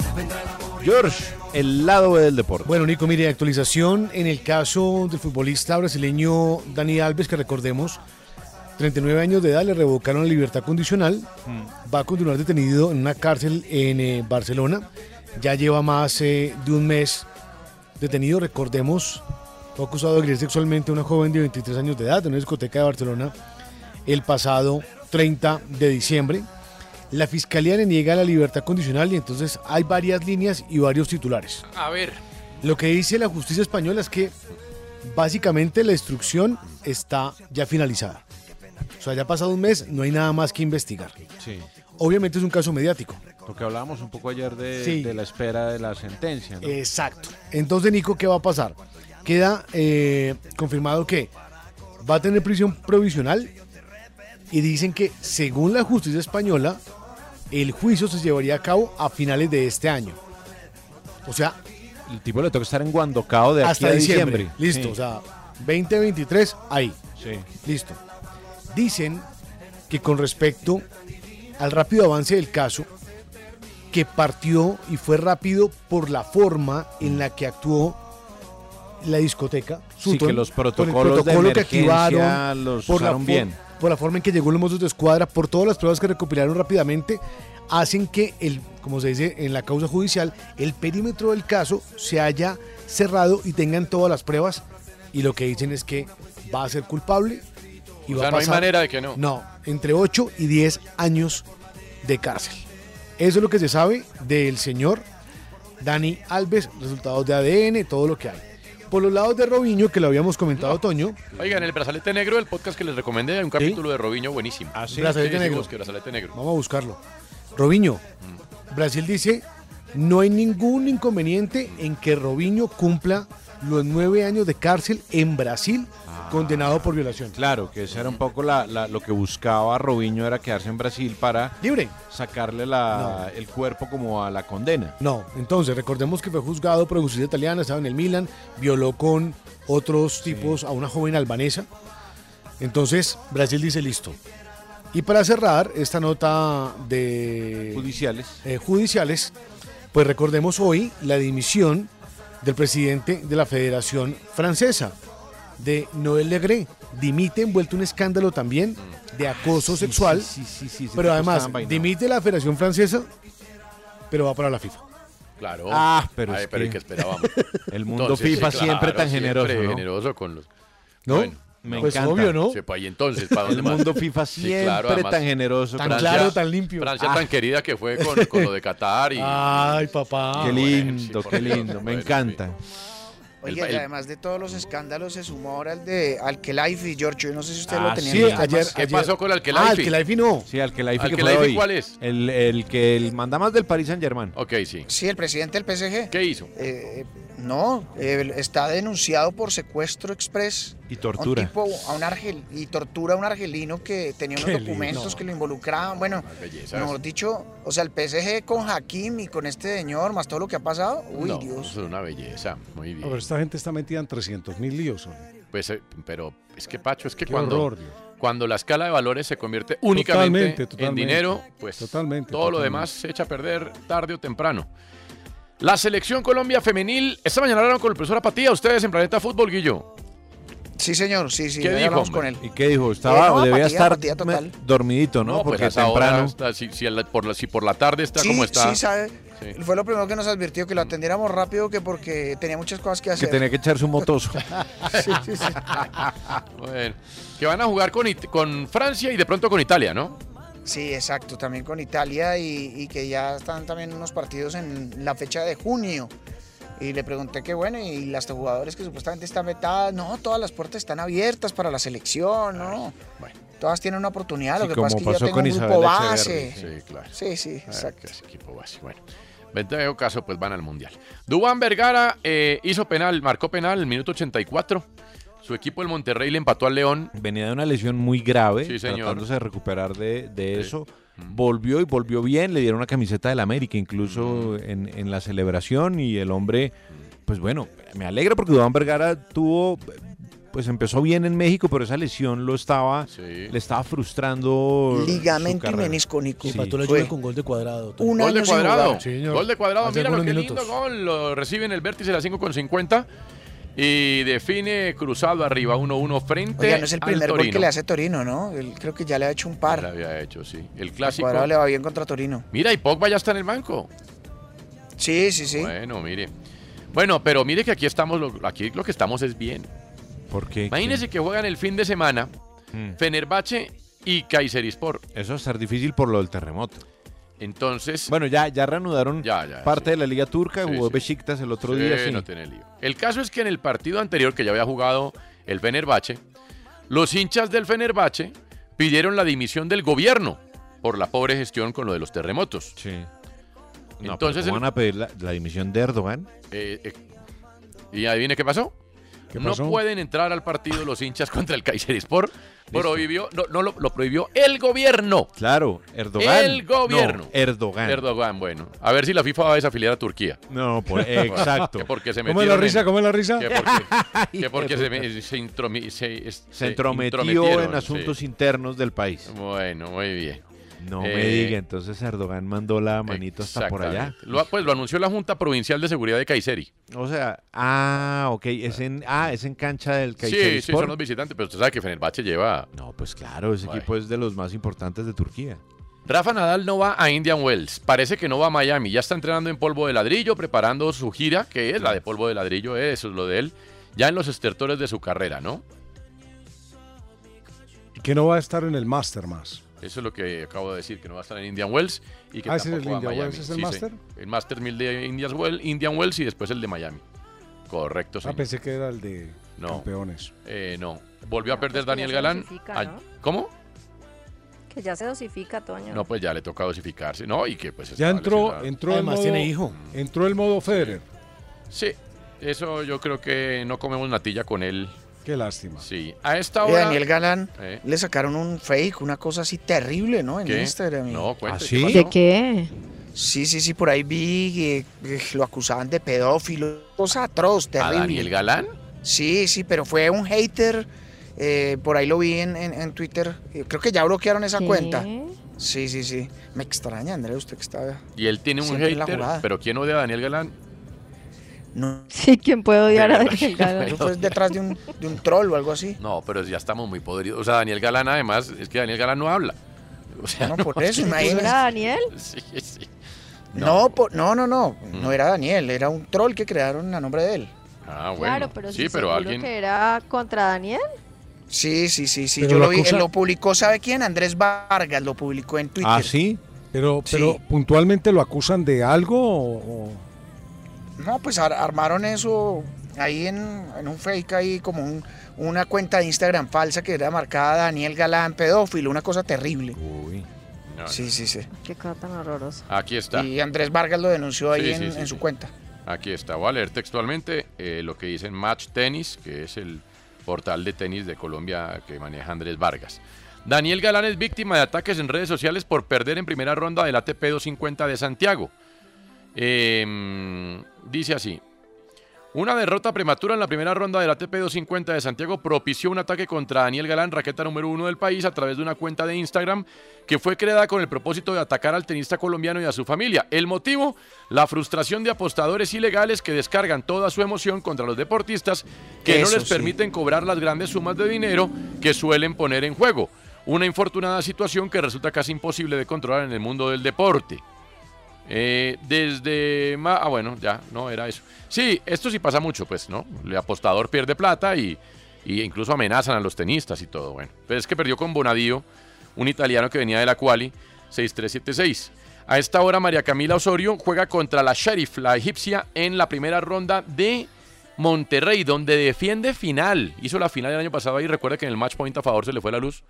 George, el lado B del deporte. Bueno, Nico, mire, actualización en el caso del futbolista brasileño Dani Alves, que recordemos, 39 años de edad, le revocaron la libertad condicional, Mm. va a continuar detenido en una cárcel en eh, Barcelona, ya lleva más eh, de un mes detenido, recordemos, fue acusado de agredir sexualmente a una joven de 23 años de edad en una discoteca de Barcelona el pasado 30 de diciembre. La fiscalía le niega la libertad condicional y entonces hay varias líneas y varios titulares. A ver. Lo que dice la justicia española es que básicamente la instrucción está ya finalizada. O sea, ya ha pasado un mes, no hay nada más que investigar. Sí. Obviamente es un caso mediático. Lo que hablábamos un poco ayer de, Sí. de la espera de la sentencia. ¿no? Exacto. Entonces, Nico, ¿qué va a pasar? Queda eh, confirmado que va a tener prisión provisional y dicen que, según la justicia española, el juicio se llevaría a cabo a finales de este año. O sea, El tipo le toca estar en Guandocao de aquí hasta a diciembre. diciembre. Listo, Sí. o sea, 2023 ahí. Sí. Listo. Dicen que con respecto al rápido avance del caso, que partió y fue rápido por la forma en la que actuó la discoteca. Sí, Sutton, que los por el protocolos de protocolo que emergencia activaron, los por la usaron for- bien. Por la forma en que llegó el mozo de escuadra, por todas las pruebas que recopilaron rápidamente, hacen que el, como se dice en la causa judicial, el perímetro del caso se haya cerrado y tengan todas las pruebas. Y lo que dicen es que va a ser culpable y O va sea, a no hay pasar- manera de que no. No, entre 8 y 10 años de cárcel. Eso es lo que se sabe del señor Dani Alves, resultados de ADN, todo lo que hay. Por los lados de Robinho, que lo habíamos comentado, Toño, Oigan, el brazalete negro, el podcast que les recomendé, hay un capítulo de Robinho buenísimo. Ah, sí? Brazalete negro. brazalete negro. vamos a buscarlo. Robinho, Mm. Brasil dice, no hay ningún inconveniente en que Robinho cumpla los nueve años de cárcel en Brasil Ah. condenado por violación. Claro, que esa era un poco la, la- lo que buscaba Robinho, era quedarse en Brasil para libre sacarle la, el cuerpo como a la condena. No, entonces recordemos que fue juzgado por justicia italiana, estaba en el Milan, violó con otros tipos a una joven albanesa. Entonces Brasil dice listo. Y para cerrar esta nota de eh, judiciales, judiciales pues recordemos hoy la dimisión del presidente de la Federación Francesa, de Noël Legré. Dimite envuelto en un escándalo también de acoso sexual. Ah, sí, sí, pero tipo además, estaban vainados. dimite la Federación Francesa, pero va para la FIFA. Claro. Ah, pero Ay, es pero que- ¿y qué esperábamos? El mundo FIFA siempre tan generoso, Siempre ¿no? generoso con los. ¿No? Bueno, Me encanta. Sí, pues, y entonces, ¿para dónde El más? mundo FIFA Sí, siempre claro, además, tan generoso. Francia- con- Francia Ah, tan querida que fue con, con lo de Qatar y. Ah, Ay, papá. Qué lindo, por qué Dios, lindo, me bueno, encanta. Oiga, El- y el- además de todos los escándalos, se sumó ahora el de Alkelaifi, Giorgio. Yo no sé si usted lo Ah, tenía. sí, en los ayer- temas. ¿Qué pasó con el Alkelaifi? Ah, Alkelaifi no. Sí, al que la IFI que Al-Khelaifi, fue hoy. ¿cuál es? El, el que el manda más del Paris Saint Germain. Ok, sí. Sí, el presidente del PSG. ¿Qué hizo? no, eh, está denunciado por secuestro express. Y tortura. A un tipo, a un argel, y tortura a un argelino que tenía unos Qué lindo. documentos que lo involucraban. Bueno, bellezas. mejor dicho, o sea, el PSG con Hakim y con este señor, más todo lo que ha pasado. Uy, no, Dios. eso es una belleza. Muy bien. Pero esta gente está metida en 300 mil líos. hombre. Pues, eh, pero es que Pacho, es que Qué cuando, horror, cuando la escala de valores se convierte únicamente Totalmente, en totalmente. dinero, pues Totalmente, todo lo totalmente. demás se echa a perder tarde o temprano. La selección Colombia femenil, esta mañana hablaron con el profesor Apatía, ustedes en Planeta Fútbol, Guillo. Sí, señor, sí, sí. ¿Qué ahí dijo, hablamos hombre? con él. ¿Y qué dijo? Estaba, Eh, no, debía apatía, estar apatía total. me- dormidito, ¿no? No, pues Porque a esa hora, temprano. está- si, si a la- por la, si por la tarde está Sí, como está. sí, sabe. Sí. Fue lo primero que nos advirtió, que lo atendiéramos rápido, que porque tenía muchas cosas que Que hacer. tenía que echarse un motoso. Sí, sí, sí. Bueno, que van a jugar con, It- con Francia y de pronto con Italia, ¿no? Sí, exacto, también con Italia y, y que ya están también unos partidos en la fecha de junio. Y le pregunté que bueno, y las jugadores que supuestamente están vetadas, no, todas las puertas están abiertas para la selección, ¿no. Todas tienen una oportunidad, Ah, lo Sí, que pasa es que como yo pasó tengo con un Isabel grupo Echeverri. base. Sí, claro. Sí, sí, Ah, exacto. que es equipo base. Bueno, en todo caso, pues van al Mundial. Dubán Vergara eh, hizo penal, marcó penal en el minuto 84. Su equipo, el Monterrey, le empató al León. Venía de una lesión muy grave, Sí, señor. Mm. tratándose de recuperar de, de eso. Volvió y volvió bien, le dieron una camiseta del América incluso Mm. en, en la celebración y el hombre, pues bueno, me alegra porque Duván Vergara tuvo, pues empezó bien en México, pero esa lesión lo estaba, le estaba frustrando. su Ligamento y carrera. menisco, Nico. Sí. Empató la Fue. Juve con gol de cuadrado. Un Gol de año sin cuadrado. jugar. Gol de cuadrado. Hace Mira lo que algunos lindo minutos. gol. Lo recibe en el vértice de la 5 con 50. Y define cruzado arriba 1-1 frente Oiga, no es el al primer gol que Torino. le hace Torino, ¿no? Él creo que ya le ha hecho un Ya par. lo había hecho, sí. El A clásico. Cuadrado le va bien contra Torino. Mira, y Pogba ya está en el banco. Sí, sí, sí. Bueno, mire. Bueno, pero mire que aquí estamos, lo- aquí lo que estamos es bien. ¿Por qué? Imagínense que juegan el fin de semana Mm. Fenerbahce y Kayserispor. Eso va a estar difícil por lo del terremoto. Entonces, Bueno, ya, ya reanudaron parte de la Liga Turca, Sí, jugó sí. Besiktas el otro Sí, día. sí. no tiene lío. El caso es que en el partido anterior que ya había jugado el Fenerbahce, los hinchas del Fenerbahce pidieron la dimisión del gobierno por la pobre gestión con lo de los terremotos. No, Entonces, em pero ¿cómo el- van a pedir la, la dimisión de Erdogan? Eh, eh, ¿Y adivine qué pasó? ¿Qué No pasó? pueden entrar al partido los hinchas contra el Kayserispor. Prohibió, no, no lo, lo prohibió el gobierno. Claro, Erdogan. El gobierno. No, Erdogan. Erdogan, bueno. A ver si la FIFA va a desafiliar a Turquía. No, por- exacto. Que porque se ¿Cómo es la metieron risa? en- ¿Cómo es la risa? que porque, que porque se, me- se intromi- se- es- se se entrometió intrometieron, en asuntos sí. internos del país. Bueno, muy bien. No me Eh, diga, entonces Erdogan mandó la manito hasta por allá. Exactamente. Lo- pues lo anunció la Junta Provincial de Seguridad de Kayseri. O sea, ah, ok, es en, ah, es en cancha del Sí, sí, son Kayserispor. los visitantes, pero usted sabe que Fenerbahce lleva... No, pues claro, ese equipo es de los más importantes de Turquía. Rafa Nadal no va a Indian Wells, parece que no va a Miami, ya está entrenando en polvo de ladrillo, preparando su gira, que es la Mm. de polvo de ladrillo, eso es lo de él, ya en los estertores de su carrera, ¿no? Y que no va a estar en el Master más. Eso es lo que acabo de decir, que no va a estar en Indian Wells y que Ah, ese es tampoco el va a Indian Miami. Wells, ¿es el Sí, Master? sí. El Master 1000 de Indias Well- Indian Wells y después el de Miami. Correcto, Ah, señor. pensé que era el de Pues No. campeones. Eh, no. Volvió a perder pues, pero Daniel se Galán. dosifica, Ay, ¿no? ¿Cómo? Que ya se dosifica, Toño. No, pues ya le toca dosificarse. No, y que pues Ya estaba entró, lesionado. entró el modo, Entró el modo Federer. Sí, eso yo creo que no comemos natilla con él Qué lástima. Sí, a esta Y hora. Daniel Galán Eh. le sacaron un fake, una cosa así terrible, ¿no? En ¿Qué? Instagram. No, cuente, ¿Ah, ¿Así? sí? ¿qué pasó? qué? Sí, sí, sí, por ahí vi que eh, lo acusaban de pedófilo. Cosa atroz, terrible. Daniel Galán? Sí, sí, pero fue un hater. eh, por ahí lo vi en, en- en Twitter. Eh, Creo que ya bloquearon esa ¿Qué? cuenta. Sí, sí, sí. Me extraña, Andrés, usted que está. Y él tiene un Siempre en la hater. jugada. Pero ¿quién odia a Daniel Galán? Sí, ¿quién puede odiar a De verdad. Daniel Galán? Eso fue detrás de un, de un troll o algo así. No, pero ya estamos muy podridos. O sea, Daniel Galán, además, es que Daniel Galán no habla. O sea, No, por eso, imagínese. ¿Era Daniel? Sí, sí. Mm. No, po- no, no, no. No era Daniel, era un troll que crearon a nombre de él. Ah, bueno. Claro, pero sí, sí, pero seguro alguien. que era contra Daniel. Sí, sí, sí, sí. Pero yo la lo vi, cosa- él lo publicó, ¿sabe quién? Andrés Vargas lo publicó en Twitter. ¿Ah, sí? Pero, pero puntualmente lo acusan de algo o- o- No, pues ar- armaron eso ahí en, en un fake, ahí como un- una cuenta de Instagram falsa que era marcada Daniel Galán, pedófilo, una cosa terrible. No, Sí, sí, sí. Qué cosa tan horrorosa. Aquí está. Y Andrés Vargas lo denunció ahí Sí, en, sí, sí, en sí. su cuenta. Aquí está, voy a leer textualmente eh, lo que dice en Match Tennis, que es el portal de tenis de Colombia que maneja Andrés Vargas. Daniel Galán es víctima de ataques en redes sociales por perder en primera ronda del ATP 250 de Santiago. Eh, dice así, una derrota prematura en la primera ronda del ATP 250 de Santiago propició un ataque contra Daniel Galán, raqueta número uno del país, a través de una cuenta de Instagram que fue creada con el propósito de atacar al tenista colombiano y a su familia. El motivo, la frustración de apostadores ilegales que descargan toda su emoción contra los deportistas que Eso no les sí. permiten cobrar las grandes sumas de dinero que suelen poner en juego. Una infortunada situación que resulta casi imposible de controlar en el mundo del deporte. Eh, desde... ma- Ah, bueno, ya, no era eso. Sí, esto sí pasa mucho, pues, ¿no? El apostador pierde plata y, y incluso amenazan a los tenistas y todo, bueno. Pero es que perdió con Bonadío, un italiano que venía de la Quali, 6-3-7-6. A esta hora María Camila Osorio juega contra la Sheriff, la egipcia, en la primera ronda de Monterrey, donde defiende final. Hizo la final el año pasado y recuerda que en el match point a favor se le fue la luz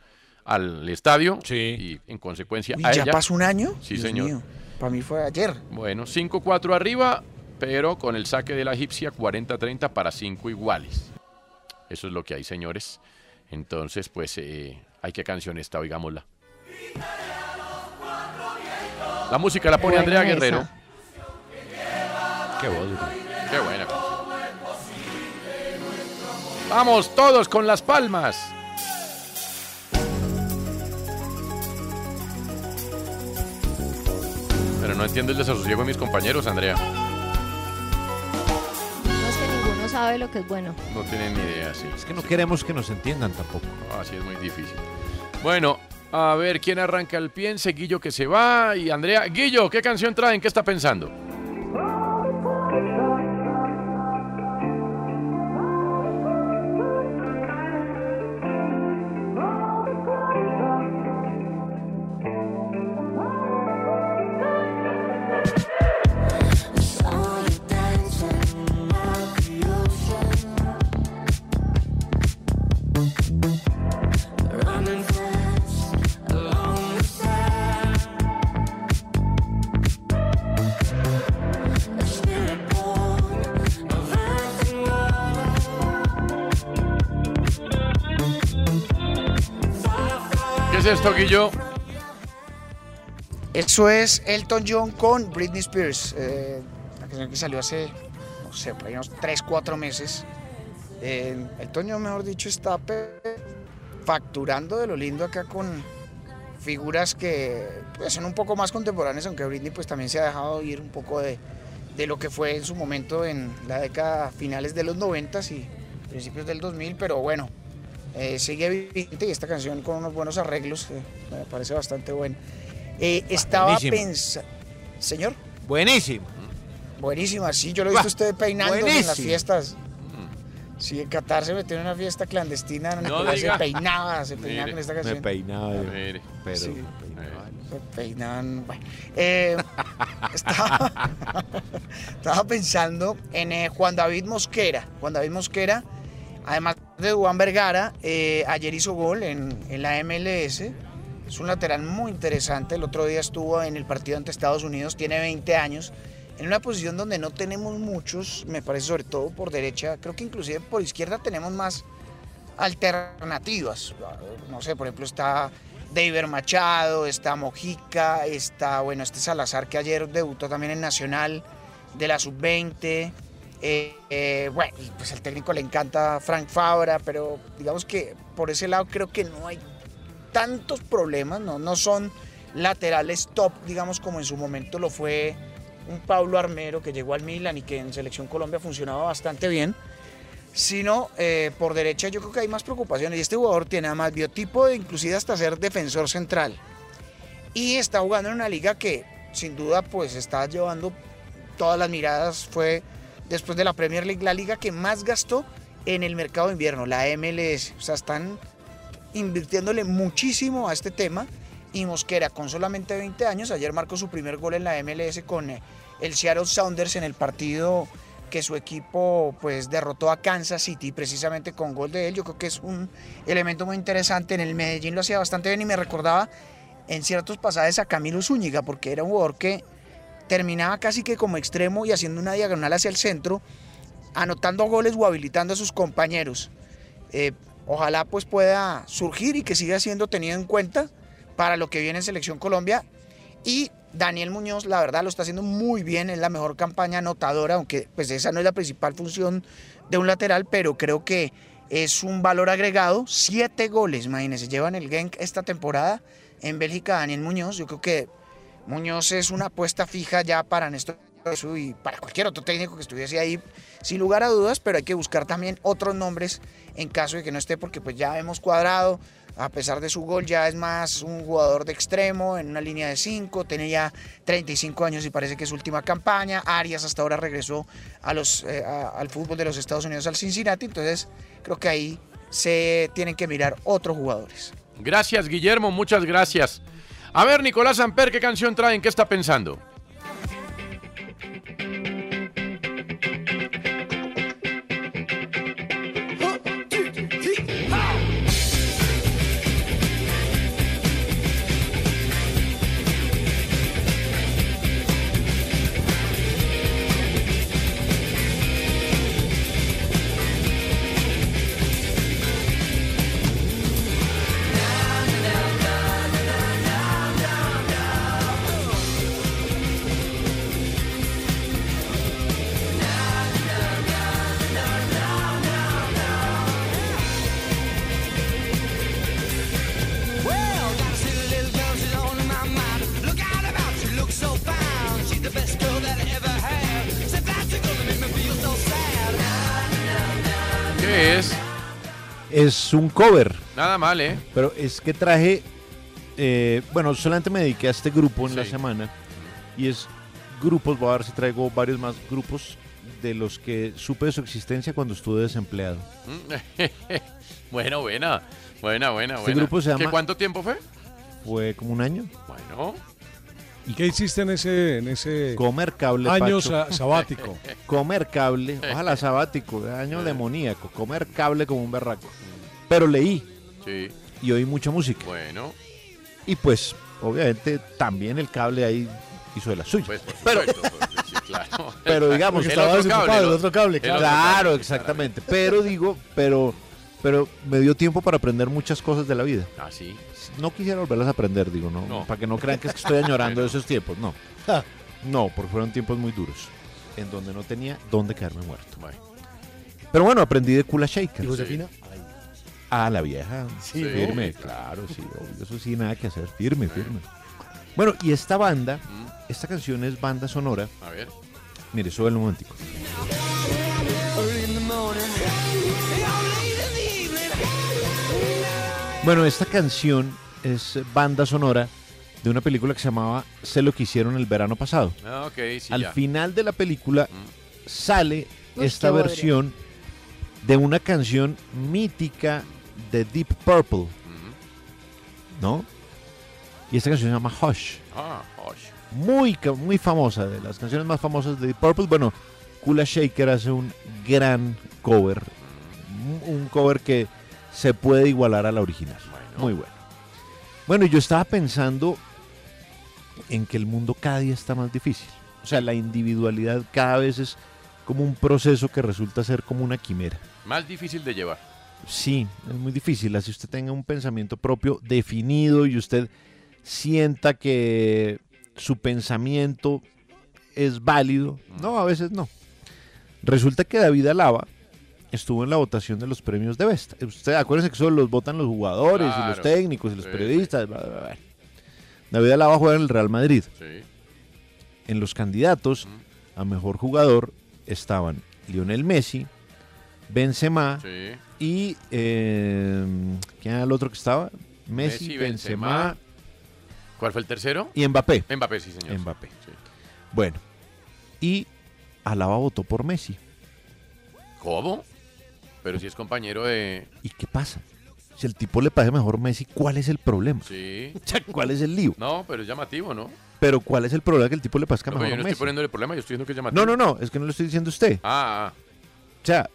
al estadio y en consecuencia Uy, a ¿Ya ella- pasó un año? Sí, Dios señor. mío, Para mí fue ayer. Bueno, 5-4 arriba, pero con el saque de la egipcia 40-30 para 5 iguales. Eso es lo que hay, señores. Entonces, pues, eh, hay que canción esta, oigámosla. La música la pone Buena Andrea esa. Guerrero. Qué voz. Qué buena. Vamos todos con las palmas. Pero no entiendo el desasosiego de mis compañeros, Andrea. No es que ninguno sabe lo que es bueno. No tienen ni idea, sí. Es que no queremos que nos entiendan tampoco. Así Ah, es muy difícil. Bueno, a ver quién arranca el piense. Guillo que se va y Andrea. Guillo, ¿qué canción traen? ¿Qué está pensando? ¿Qué es esto, Guillo? Eso es Elton John con Britney Spears. eh, la canción que salió hace, no sé, por ahí unos 3, 4 meses. Eh, Elton John, mejor dicho, está pe- facturando de lo lindo acá con figuras que pues, son un poco más contemporáneas, aunque Britney pues también se ha dejado ir un poco de, de lo que fue en su momento en la década finales de los 90 y principios del 2000, pero bueno, eh, sigue vigente y esta canción con unos buenos arreglos, eh, me parece bastante buena. Eh, estaba buenísima. pensando, señor, Buenísimo. buenísima, sí, yo lo he visto a usted peinando en buenísima. las fiestas. Sí, en Qatar se metió en una fiesta clandestina, en una No cosa, diga. se peinaba, se peinaba Mire. con esta Me canción. peinaba yo. Mire. Pero Sí. me peinaba. Se peinaban, bueno. Eh, estaba, estaba pensando en eh, Juan David Mosquera. Juan David Mosquera, además de Juan Vergara, eh, ayer hizo gol en, en la MLS. Es un lateral muy interesante. El otro día estuvo en el partido ante Estados Unidos, tiene 20 años. En una posición donde no tenemos muchos, me parece sobre todo por derecha, creo que inclusive por izquierda tenemos más alternativas. No sé, por ejemplo, está David Machado, está Mojica, está, bueno, este Salazar que ayer debutó también en Nacional de la Sub-20. Eh, eh, bueno, y pues al técnico le encanta Frank Fabra, pero digamos que por ese lado creo que no hay tantos problemas, no, no son laterales top, digamos, como en su momento lo fue un Pablo Armero que llegó al Milan y que en Selección Colombia funcionaba bastante bien, sino eh, por derecha yo creo que hay más preocupaciones y este jugador tiene además biotipo de inclusive hasta ser defensor central y está jugando en una liga que sin duda pues está llevando todas las miradas, fue después de la Premier League la liga que más gastó en el mercado de invierno, la MLS, o sea, están invirtiéndole muchísimo a este tema y Mosquera con solamente 20 años, ayer marcó su primer gol en la MLS con eh, el Seattle Sounders en el partido que su equipo pues derrotó a Kansas City precisamente con gol de él, yo creo que es un elemento muy interesante, en el Medellín lo hacía bastante bien y me recordaba en ciertos pasajes a Camilo Zúñiga porque era un jugador que terminaba casi que como extremo y haciendo una diagonal hacia el centro, anotando goles o habilitando a sus compañeros. Eh, ojalá pues pueda surgir y que siga siendo tenido en cuenta para lo que viene en Selección Colombia. Y Daniel Muñoz, la verdad, lo está haciendo muy bien, es la mejor campaña anotadora, aunque pues esa no es la principal función de un lateral, pero creo que es un valor agregado. Siete goles, imagínense, llevan el Genk esta temporada en Bélgica Daniel Muñoz. Yo creo que Muñoz es una apuesta fija ya para Néstor Arezú y para cualquier otro técnico que estuviese ahí, sin lugar a dudas, pero hay que buscar también otros nombres en caso de que no esté, porque pues ya hemos cuadrado, a pesar de su gol, ya es más un jugador de extremo en una línea de 5, tiene ya 35 años y parece que es su última campaña, Arias hasta ahora regresó a los, eh, a- al fútbol de los Estados Unidos, al Cincinnati, entonces creo que ahí se tienen que mirar otros jugadores. Gracias, Guillermo, muchas gracias. A ver, Nicolás Amper, ¿qué canción traen? ¿Qué está pensando? Well, got a silly little girl, she's on my mind. Look out about, she looks so fine. She's the best girl that I ever had. Said that's a girl that made me feel so sad. ¿Qué es? Es un cover. Nada mal, ¿eh? Pero es que traje, eh, bueno, solamente me dediqué a este grupo en la Sí. semana. Y es grupos, voy a ver si traigo varios más grupos de los que supe de su existencia cuando estuve desempleado. bueno, buena, buena, buena, Este buena. grupo se ¿Qué, llama- ¿Cuánto tiempo fue? Fue como un año. Bueno. ¿Y qué hiciste en ese, en ese Comer cable. año Pacho. sa- sabático? comer cable. Ojalá sabático, de año demoníaco. Comer cable como un berraco. Pero leí Sí. y oí mucha música. Bueno. Y pues, obviamente, también el cable ahí hizo de la suya. pero, claro. pero digamos, Pues, El estaba otro desocupado, cable, el el otro cable, Claro, claro. el otro cable, exactamente. Pero digo, pero, pero me dio tiempo para aprender muchas cosas de la vida. Ah, sí. No quisiera volverlas a aprender, digo, no. No. Para que no crean que es que estoy añorando Bueno. esos tiempos, no. No, porque fueron tiempos muy duros, en donde no tenía dónde quedarme muerto. Pero bueno, aprendí de Kula Shaker. ¿Y Josefina? Ah, la vieja. Sí, ¿no? firme, claro, sí. obvio, Eso sí, nada que hacer. Firme, firme. Bueno, y esta banda, esta canción es banda sonora. Mm. A ver. Mire, sube un momentico. Early in the morning. Y'all late in the evening. Bueno, esta canción es banda sonora de una película que se llamaba Se lo que hicieron el verano pasado. Ah, ok, sí, Al ya. Mm. final de la película sale Uy, esta qué bodrio. versión de una canción mítica de Deep Purple, ¿no? Y esta canción se llama Hush. Ah, osh. muy, ca- muy famosa, de las canciones más famosas de Deep Purple. Bueno, Kula Shaker hace un gran cover, un- un cover que se puede igualar a la original. Muy bueno. Bueno, y yo estaba pensando en que el mundo cada día está más difícil. O sea, la individualidad cada vez es como un proceso que resulta ser como una quimera. Más difícil de llevar. Sí, es muy difícil. Así usted tenga un pensamiento propio definido y usted sienta que su pensamiento es válido. Mm. No, a veces no. Resulta que David Alaba estuvo en la votación de los premios de Best. Usted, acuérdense que solo los votan los jugadores y los Claro. técnicos y los Sí. periodistas. bla, bla, bla. David Alaba juega en el Real Madrid. Sí. En los candidatos a mejor jugador estaban Lionel Messi, Benzema Sí. y eh, ¿quién era el otro que estaba? Messi, Messi, Benzema, Benzema. ¿Cuál fue el tercero? y Mbappé. Mbappé, sí, señor. Mbappé. Sí. Bueno, y Alaba votó por Messi. ¿Cómo? Pero si es compañero de. ¿Y qué pasa? Si el tipo le parece mejor Messi, ¿cuál es el problema? Sí. ¿Cuál es el lío? No, pero es llamativo, ¿no? Pero ¿cuál es el problema que el tipo le parezca No, pero mejor yo no Messi? estoy poniendo el problema, yo estoy diciendo que es llamativo. No, no, no, es que no lo estoy diciendo a usted. Ah, ah. O sea,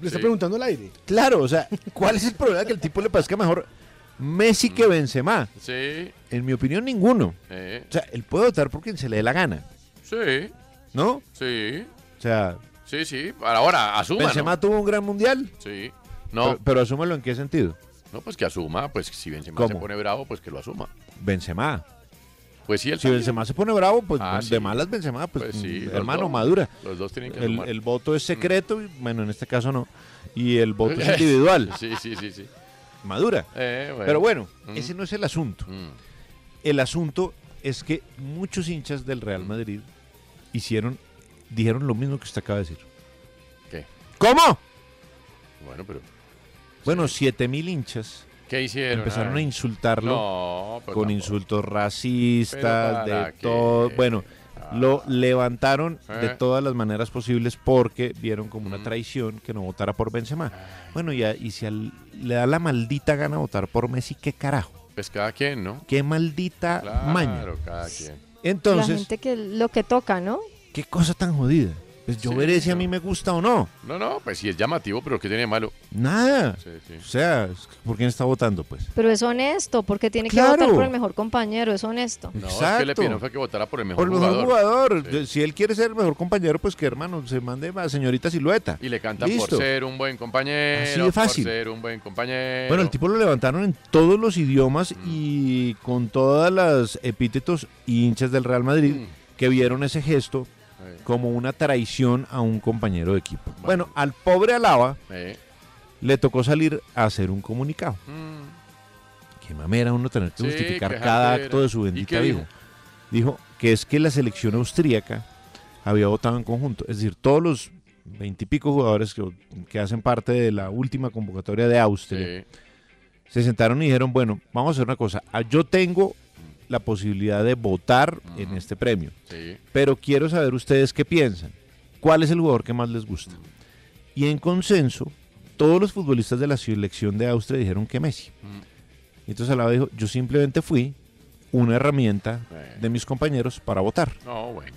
Le está Sí. preguntando al aire. claro, o sea, ¿cuál es el problema que el tipo le parezca mejor Messi que Benzema? sí. En mi opinión, ninguno. Eh, O sea, él puede votar por quien se le dé la gana, sí. ¿no? Sí. O sea, Sí, sí. Ahora, asuma. ¿no? Benzema tuvo un gran mundial. Sí. No. Pero, pero asúmelo en qué sentido. No, pues que asuma, pues si Benzema se ¿Cómo? pone bravo, pues que lo asuma. Benzema. Pues sí, él Si también. Benzema se pone bravo, pues Ah, de sí. malas Benzema, pues, Pues sí, los hermano, dos. madura. Los dos tienen que el, sumar. el voto es secreto, y, bueno, en este caso no. Y el voto es individual. sí, sí, sí, sí. Madura. Eh, bueno. Pero bueno, Mm. ese no es el asunto. El asunto es que muchos hinchas del Mm. Real Madrid hicieron, dijeron lo mismo que usted acaba de decir. ¿Qué? ¿Cómo? Bueno, pero. Bueno, 7000 hinchas ¿Qué hicieron? empezaron Ay. a insultarlo No, pero con tampoco. insultos Pero racistas, ¿para de todo. qué? Ah. Bueno, lo levantaron de Eh. Mm. todas las maneras posibles porque vieron como una traición que no votara por Benzema. Bueno, y, a- y si al- le da la maldita gana votar por Messi, ¿qué carajo? Pues cada quien, ¿no? Qué maldita Claro, maña. cada quien. la Entonces, gente que lo que toca, ¿no? qué cosa tan jodida. Pues yo Sí, veré si a mí me gusta o no. No, no, pues sí es llamativo, pero ¿qué tiene de malo? Nada. Sí, sí. O sea, es que ¿por quién está votando, pues? Pero es honesto, porque tiene que Claro. votar por el mejor compañero, es honesto. No, es que Exacto. le pidieron fue que votara por el mejor Por el jugador. mejor jugador. Si él quiere ser el mejor compañero, pues que hermano, se mande a señorita silueta. Y le cantan por Listo. ser un buen compañero. Así de fácil. Por ser un buen compañero. Mm. Bueno, el tipo lo levantaron en todos los idiomas y con todas las epítetos y hinchas del Real Madrid Mm. que vieron ese gesto Eh. como una traición a un compañero de equipo. Bueno, al pobre Alaba Eh. le tocó salir a hacer un comunicado. Mm. Qué mamera uno tener que Sí, justificar qué cada jartera. acto de su ¿Y bendita qué dijo? vida. Dijo que es que la selección austríaca había votado en conjunto. Es decir, todos los veintipico jugadores que, que hacen parte de la última convocatoria de Austria se sentaron y dijeron, bueno, vamos a hacer una cosa. Ah, Yo tengo la posibilidad de votar en este premio. Sí. Pero quiero saber ustedes qué piensan. ¿Cuál es el jugador que más les gusta? Y en consenso, todos los futbolistas de la selección de Austria dijeron que Messi. Mm. Y entonces Alaba dijo, yo simplemente fui una herramienta de mis compañeros para votar. No, bueno.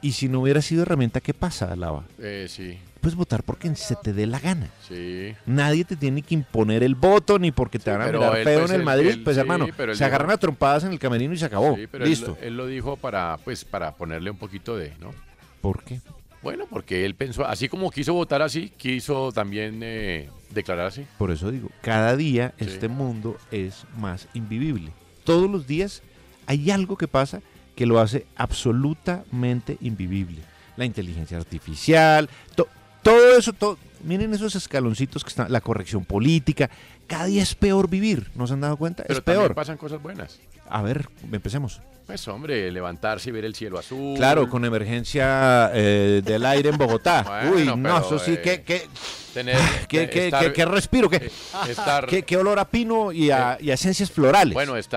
Y si no hubiera sido herramienta, ¿qué pasa, Alaba? Eh, sí, Puedes votar por quien se te dé la gana. sí. Nadie te tiene que imponer el voto ni porque te van a pero mirar él, feo pues, en el él- Madrid. él- pues sí, hermano, pero él se dijo- agarran a trompadas en el camerino y se acabó. Sí, pero él- Listo. Él, lo eh, dijo para, pues, para ponerle un poquito de, ¿no? ¿Por qué? Bueno, porque él pensó, así como quiso votar así, quiso también eh, declarar así. Por eso digo, cada día Sí. este mundo es más invivible. Todos los días hay algo que pasa que lo hace absolutamente invivible. La inteligencia artificial, to- todo eso, to- miren esos escaloncitos que están, la corrección política, cada día es peor vivir, ¿no se han dado cuenta? Pero es también peor. pasan cosas buenas. A ver, empecemos. Pues, hombre, levantarse y ver el cielo azul. Claro, con emergencia eh, del aire en Bogotá. Bueno, Uy, no, pero, eso sí, eh, que... que Tener, ¿Qué, eh, qué- estar- eh, qué- qué respiro? ¿Qué, estar- eh, qué- qué olor a pino y a, y a esencias florales? Bueno, está.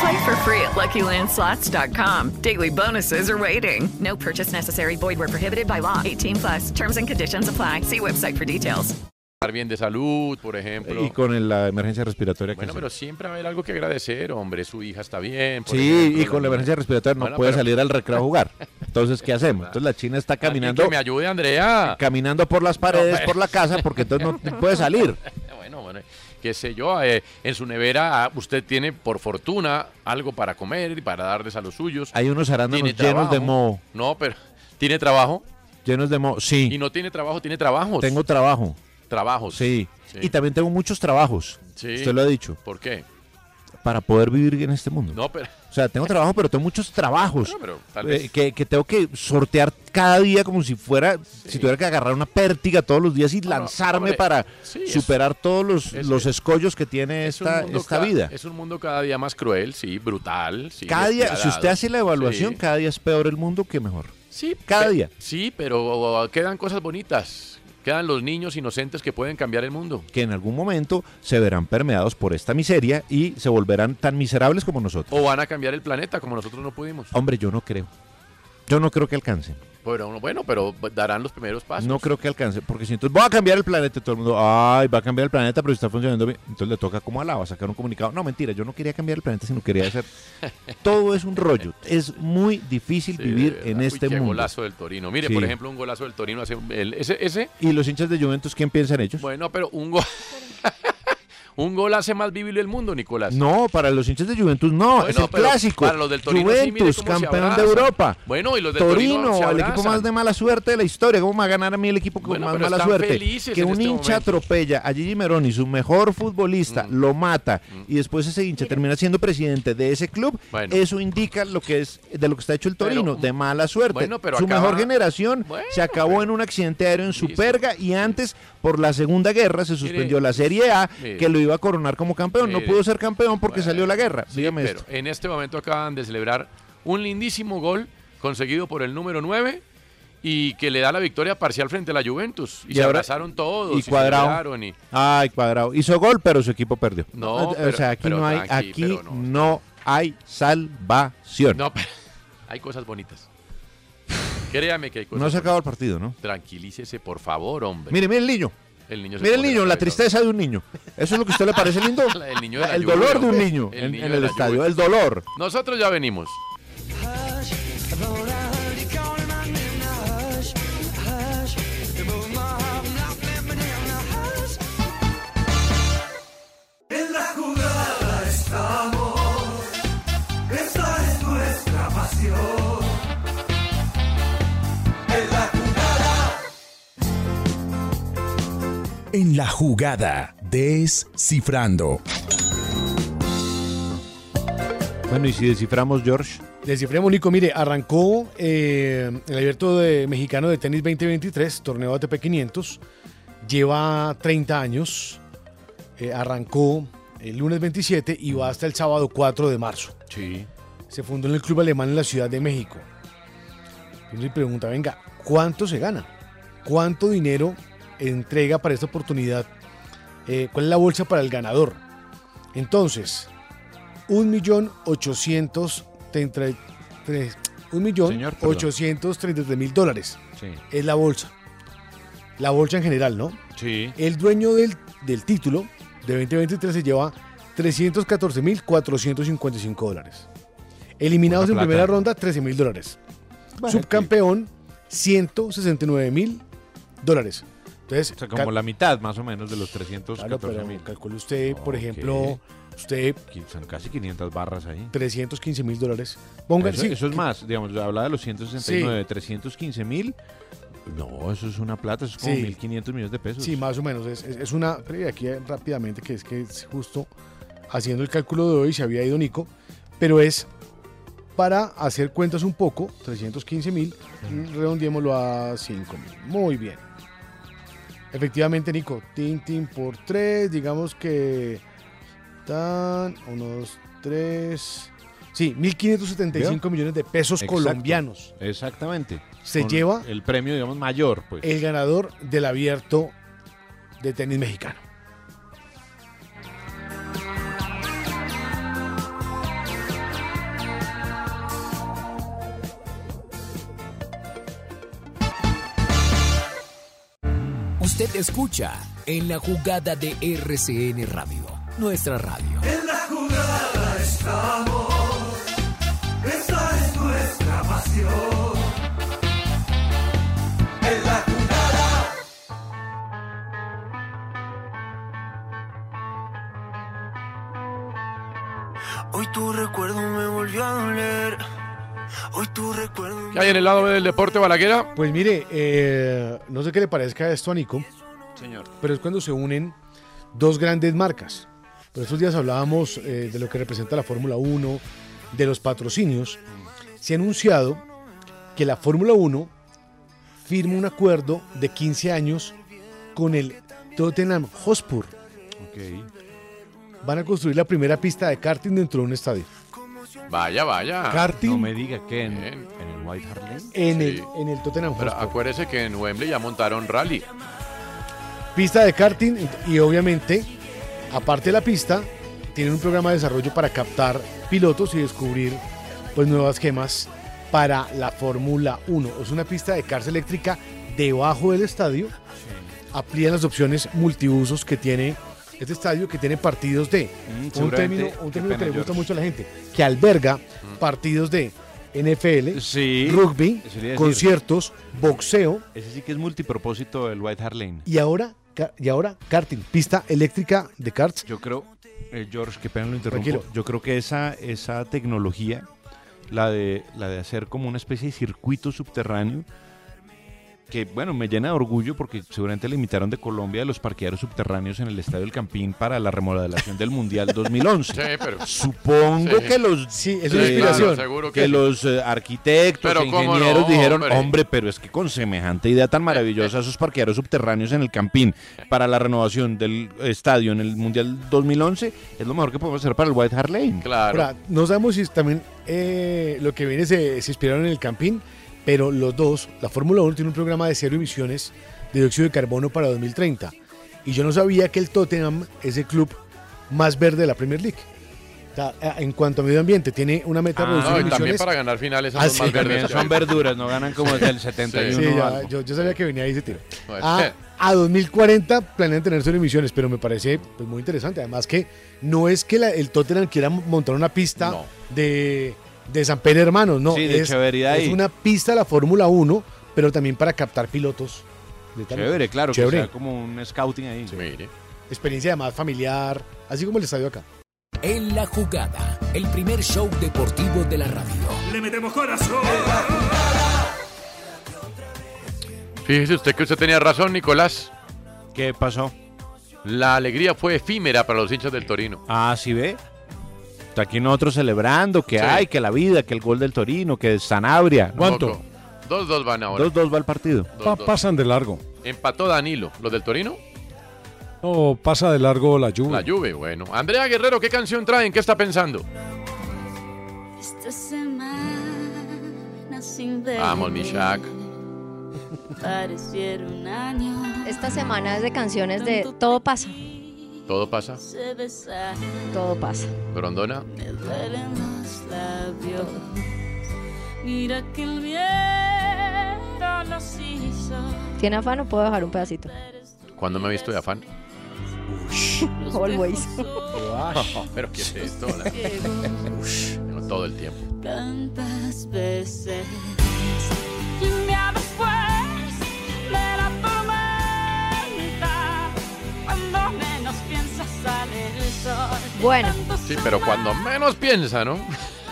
Play for free at LuckyLandSlots.com. Daily bonuses are waiting. No purchase necessary. Void were prohibited by law. 18 plus. Terms and conditions apply. See website for details. Estar bien de salud, por ejemplo. Y con el- la emergencia respiratoria. que Bueno, se- pero siempre va a haber algo que agradecer, hombre. Su hija está bien. por sí, ejemplo, y con la emergencia respiratoria no Bueno, puede pero- salir al recreo a jugar. Entonces, ¿qué hacemos? Entonces la China está Alguien caminando. que me pues. ayude, Andrea. Caminando por las paredes, pero- por la casa, porque entonces no no puede salir. Bueno, bueno, qué sé yo, eh, en su nevera ah, usted tiene, por fortuna, algo para comer y para darles a los suyos. Hay unos arándanos Tiene llenos de trabajo. moho. No, pero ¿tiene trabajo? Llenos de moho. Sí. Y no tiene trabajo, tiene trabajos. Tengo trabajo. Trabajos. Sí. Sí. Y también tengo muchos trabajos. Sí. Usted lo ha dicho. ¿Por qué? Para poder vivir en este mundo. No, pero- O sea, tengo trabajo, pero tengo muchos trabajos. Bueno, pero tal eh, vez- que, que tengo que sortear cada día como si fuera, si tuviera que agarrar una pértiga todos los días y lanzarme hombre, para sí, es- superar todos los, es- los escollos que tiene Es un esta, mundo esta ca- vida. Es un mundo cada día más cruel, sí, brutal. Sí, Cada día, si despiadado. usted hace la evaluación, Sí. cada día es peor el mundo que mejor. Sí, cada pe- día. Sí, pero quedan cosas bonitas. Quedan los niños inocentes que pueden cambiar el mundo. Que en algún momento se verán permeados por esta miseria y se volverán tan miserables como nosotros. O van a cambiar el planeta como nosotros no pudimos. Hombre, yo no creo. Yo no creo que alcancen. Bueno, bueno, pero darán los primeros pasos. No creo que alcance, porque si entonces va a cambiar el planeta, y todo el mundo, ay, va a cambiar el planeta, pero si está funcionando bien, entonces le toca como alaba sacar un comunicado. No, mentira, yo no quería cambiar el planeta, sino quería hacer. todo es un rollo, es muy difícil Sí, de vivir verdad. en Uy, este qué mundo. golazo del Torino. Mire, Sí. por ejemplo, un golazo del Torino hace el- ese, ese ¿Y los hinchas de Juventus quién piensan ellos? bueno, pero un gol un gol hace más vivible el mundo, Nicolás. No, para los hinchas de Juventus no, es Bueno, el pero clásico. para los del Torino sí, mire Juventus, cómo se campeón de abrazan. Europa. Bueno, y los del Torino, Torino se el equipo abrazan. más de mala suerte de la historia. ¿Cómo me va a ganar a mí el equipo con Bueno, más pero mala están suerte? felices Que en un este hincha momento. Mm. atropella a Gigi Meroni, su mejor futbolista, lo mata y después ese hincha termina siendo presidente de ese club. Bueno. Eso indica lo que es de lo que está hecho el Pero, Torino, de mala suerte. bueno, pero su acaba- mejor generación se acabó en un accidente aéreo en Superga y antes por la Segunda Guerra se suspendió la Serie A mire. que lo iba a coronar como campeón. No Mire. pudo ser campeón porque salió la guerra. Sí, Dígame pero esto. en este momento acaban de celebrar un lindísimo gol conseguido por el número 9 y que le da la victoria parcial frente a la Juventus. Y, se ahora- abrazaron todos. Y cuadrado. celebraron y- Ay, cuadrado. Hizo gol, pero su equipo perdió. Ah, No, o pero- sea, aquí pero no hay, tranqui, aquí pero no, hay salvación. No, No, pero hay cosas bonitas. Créame que hay cosas se acabó el partido, ¿no? bonitas. Tranquilícese, por favor, hombre. Mire, mire el niño. El niño se Mire el pone niño, la cabezón. tristeza de un niño. ¿Eso es lo que a usted le parece lindo? El niño de la El Juve, dolor de un hombre. niño en- niño en de el la estadio, Juve. el dolor. Nosotros ya venimos. En la jugada estamos, esta es nuestra pasión. En la jugada. En la jugada, descifrando. Bueno, y si desciframos, George. Descifremos, Nico. Mire, arrancó eh, el abierto de mexicano de tenis 2023, torneo ATP 500. Lleva 30 años. Eh, arrancó el lunes 27 y va hasta el sábado 4 de marzo. Sí. Se fundó en el Club Alemán en la Ciudad de México. Y le pregunta, venga, ¿cuánto se gana? ¿Cuánto dinero entrega para esta oportunidad? Eh, ¿Cuál es la bolsa para el ganador? Entonces, 1.833.000 dólares. Sí. Es la bolsa. La bolsa en general, ¿no? Sí. El dueño del, del título de 2023 se lleva 314.455 dólares. Eliminados en Buena plata. primera ronda, 13.000 dólares. Bueno, Subcampeón, 169.000 dólares. Entonces, O sea, cal- como la mitad más o menos de los 314 Claro, pero mil. calcule usted, por ejemplo, usted... Son casi 500 barras ahí. 315 mil dólares. Ponga- eso, sí, eso es que- más, digamos, hablaba de los 169, 315 mil. No, eso es una plata, eso es como Sí. 1.500 millones de pesos. Sí, más o menos. Es, es- es una. espere, Aquí eh, rápidamente, que es que es justo haciendo el cálculo de hoy se había ido Nico, pero es para hacer cuentas un poco, 315 mil, redondeémoslo a 5 mil. Muy bien. Efectivamente, Nico, tin, tin por 3, digamos que. Tan, unos 3. Sí, 1.575 ¿Vio? millones de pesos Exacto, colombianos. Exactamente. Se lleva- El premio, digamos, mayor, pues. El ganador del abierto de tenis mexicano. Usted escucha en la jugada de RCN Radio, nuestra radio. En la jugada estamos, esta es nuestra pasión. En la jugada. Hoy tu recuerdo me volvió a doler. Hoy tu recuerdo. ¿Qué hay en el lado B del deporte, Balaguera? Pues mire, eh, no sé qué le parezca esto a Nico, Señor. pero es cuando se unen dos grandes marcas. Por estos días hablábamos eh, de lo que representa la Fórmula 1, de los patrocinios. Se ha anunciado que la Fórmula 1 firma un acuerdo de 15 años con el Tottenham Hotspur. Van a construir la primera pista de karting dentro de un estadio. Vaya, vaya. Karting. No me diga que en, el White Hart Lane. En, el, en el Tottenham Pero Hotspur. acuérdese que en Wembley ya montaron rally. pista de karting y obviamente, aparte de la pista, tienen un programa de desarrollo para captar pilotos y descubrir pues nuevas gemas para la Fórmula 1. Es una pista de cárcel eléctrica debajo del estadio. Amplían las opciones multiusos que tiene este estadio, que tiene partidos de un Mm, seguramente- término, un qué término que pena, Mm. le gusta George. mucho a la gente, que alberga partidos de NFL, rugby, eso le iba a decir. conciertos, boxeo, Ese sí que es multipropósito del White Hart Lane. y ahora, ca- y ahora karting, pista eléctrica de karts. Yo creo, eh, George, qué pena lo interrumpo. Tranquilo. Yo creo que esa, esa tecnología, la de, la de hacer como una especie de circuito subterráneo, que bueno, me llena de orgullo porque seguramente le imitaron de Colombia los parqueaderos subterráneos en el Estadio del Campín para la remodelación del Mundial 2011. Sí, pero- Supongo Sí. que los Sí, es una inspiración. Claro, seguro que que sí. los eh, arquitectos, e Pero cómo ingenieros no, dijeron, hombre. hombre, pero es que con semejante idea tan maravillosa, esos parqueaderos subterráneos en el Campín para la renovación del estadio en el Mundial 2011 es lo mejor que podemos hacer para el White Hart Lane. Ahora, no sabemos si también eh, lo que viene se, se inspiraron en el Campín, pero los dos, la Fórmula 1 tiene un programa de cero emisiones de dióxido de carbono para 2030. Y yo no sabía que el Tottenham es el club más verde de la Premier League. O sea, eh, en cuanto a medio ambiente, tiene una meta de Ah, reducir no, y también emisiones. para ganar finales son Ah, los sí, más también verdes. que son hay. verduras, no ganan como el del 71 Sí, o ya, algo. yo, yo sabía que venía ahí ese tiro. Pues, A, eh. a 2040 planean tener cero emisiones, pero me parece pues, muy interesante. Además que no es que la- el Tottenham quiera montar una pista de, de San Pedro Hermanos, no. Sí, de es, chéveridad es y- una pista de la Fórmula 1, pero también para captar pilotos. de tal- Chévere, claro, Chévere. que sea como un scouting ahí. Experiencia además familiar, así como el estadio acá. En la jugada, el primer show deportivo de la radio. Le metemos corazón. Fíjese usted que usted tenía razón, Nicolás. ¿Qué pasó? La alegría fue efímera para los hinchas del Torino. Ah, ¿sí ve? Está aquí nosotros celebrando que Sí. hay, que la vida, que el gol del Torino, que Sanabria. Poco. 2-2 van ahora. 2-2 va el partido. Dos, Pa- dos. pasan de largo. Empató Danilo. ¿Los del Torino? No, pasa de largo la lluvia. La Juve, bueno. Andrea Guerrero, ¿qué canción traen? ¿Qué está pensando? Esta semana sin ver. Vamos, mi Shaq. Parecieron años. Esta semana es de canciones de Todo pasa. Todo pasa. Se besar. Todo pasa. Grondona. Me duelen los labios. Mira que el viento nos hizo. ¿Tiene afán o puedo dejar un pedacito? ¿Cuándo me he visto de afán? Always. Pero ¿qué es esto? La- Ush, pero todo el tiempo. Tantas veces. Y me hablas pues de la tormenta. Cuando menos piensas sale el sol. Bueno. Sí, pero cuando menos piensa, ¿no?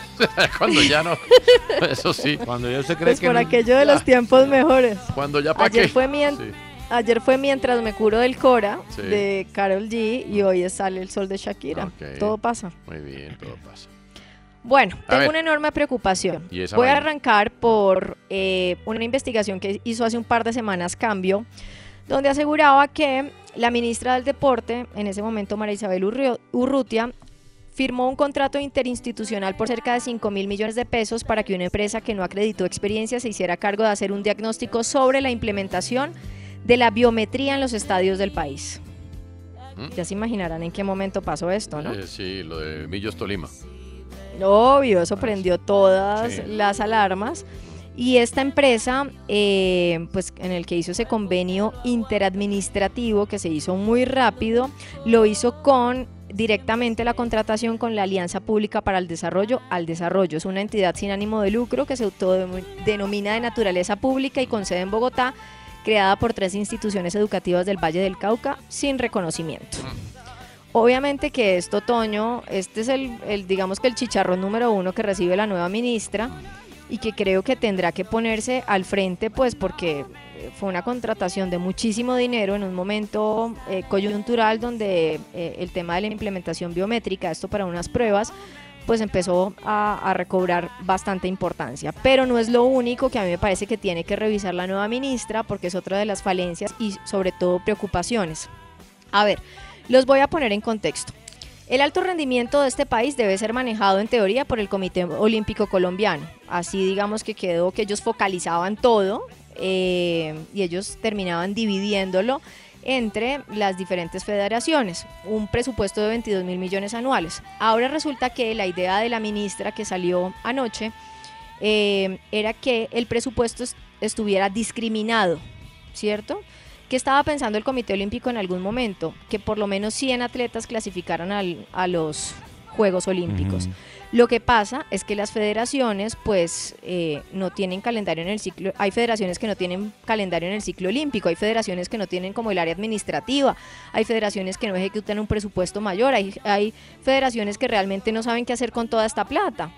cuando ya no. Eso sí. Cuando ya usted Pues por aquello de Ah. los tiempos mejores. Cuando ya para Ayer qué. fue, mien- Sí. ayer fue Mientras me curo del Cora Sí. de Carol G y hoy es Sale el Sol de Shakira. Ok. Todo pasa. Muy bien, todo pasa. Bueno, A tengo ver. una enorme preocupación. ¿Y esa Voy a vaina? arrancar por eh, una investigación que hizo hace un par de semanas Cambio, donde aseguraba que la ministra del Deporte, en ese momento María Isabel Urrio- Urrutia, firmó un contrato interinstitucional por cerca de 5 mil millones de pesos para que una empresa que no acreditó experiencia se hiciera cargo de hacer un diagnóstico sobre la implementación de la biometría en los estadios del país. ¿Mm? Ya se imaginarán en qué momento pasó esto, ¿no? Eh, sí, lo de Millos Tolima. Obvio, eso prendió todas Sí. las alarmas. Y esta empresa, eh, pues en el que hizo ese convenio interadministrativo que se hizo muy rápido, lo hizo con directamente la contratación con la Alianza Pública para el Desarrollo al Desarrollo. Es una entidad sin ánimo de lucro que se autodenomina de naturaleza pública y con sede en Bogotá, creada por tres instituciones educativas del Valle del Cauca sin reconocimiento. Obviamente que esto, Toño, este es el, el, digamos que el chicharrón número uno que recibe la nueva ministra y que creo que tendrá que ponerse al frente, pues porque eh, fue una contratación de muchísimo dinero en un momento eh, coyuntural donde eh, el tema de la implementación biométrica, esto para unas pruebas, pues empezó a, a recobrar bastante importancia. Pero no es lo único que a mí me parece que tiene que revisar la nueva ministra, porque es otra de las falencias y sobre todo preocupaciones. A ver, los voy a poner en contexto. El alto rendimiento de este país debe ser manejado en teoría por el Comité Olímpico Colombiano. Así digamos que quedó que ellos focalizaban todo eh, y ellos terminaban dividiéndolo entre las diferentes federaciones, un presupuesto de 22 mil millones anuales. Ahora resulta que la idea de la ministra que salió anoche eh, era que el presupuesto est- estuviera discriminado, ¿cierto? ¿Qué estaba pensando el Comité Olímpico en algún momento? Que por lo menos 100 atletas clasificaran al- a los Juegos Olímpicos. Mm. Lo que pasa es que las federaciones, pues, eh, no tienen calendario en el ciclo. Hay federaciones que no tienen calendario en el ciclo olímpico, hay federaciones que no tienen como el área administrativa, hay federaciones que no ejecutan un presupuesto mayor, hay, hay federaciones que realmente no saben qué hacer con toda esta plata.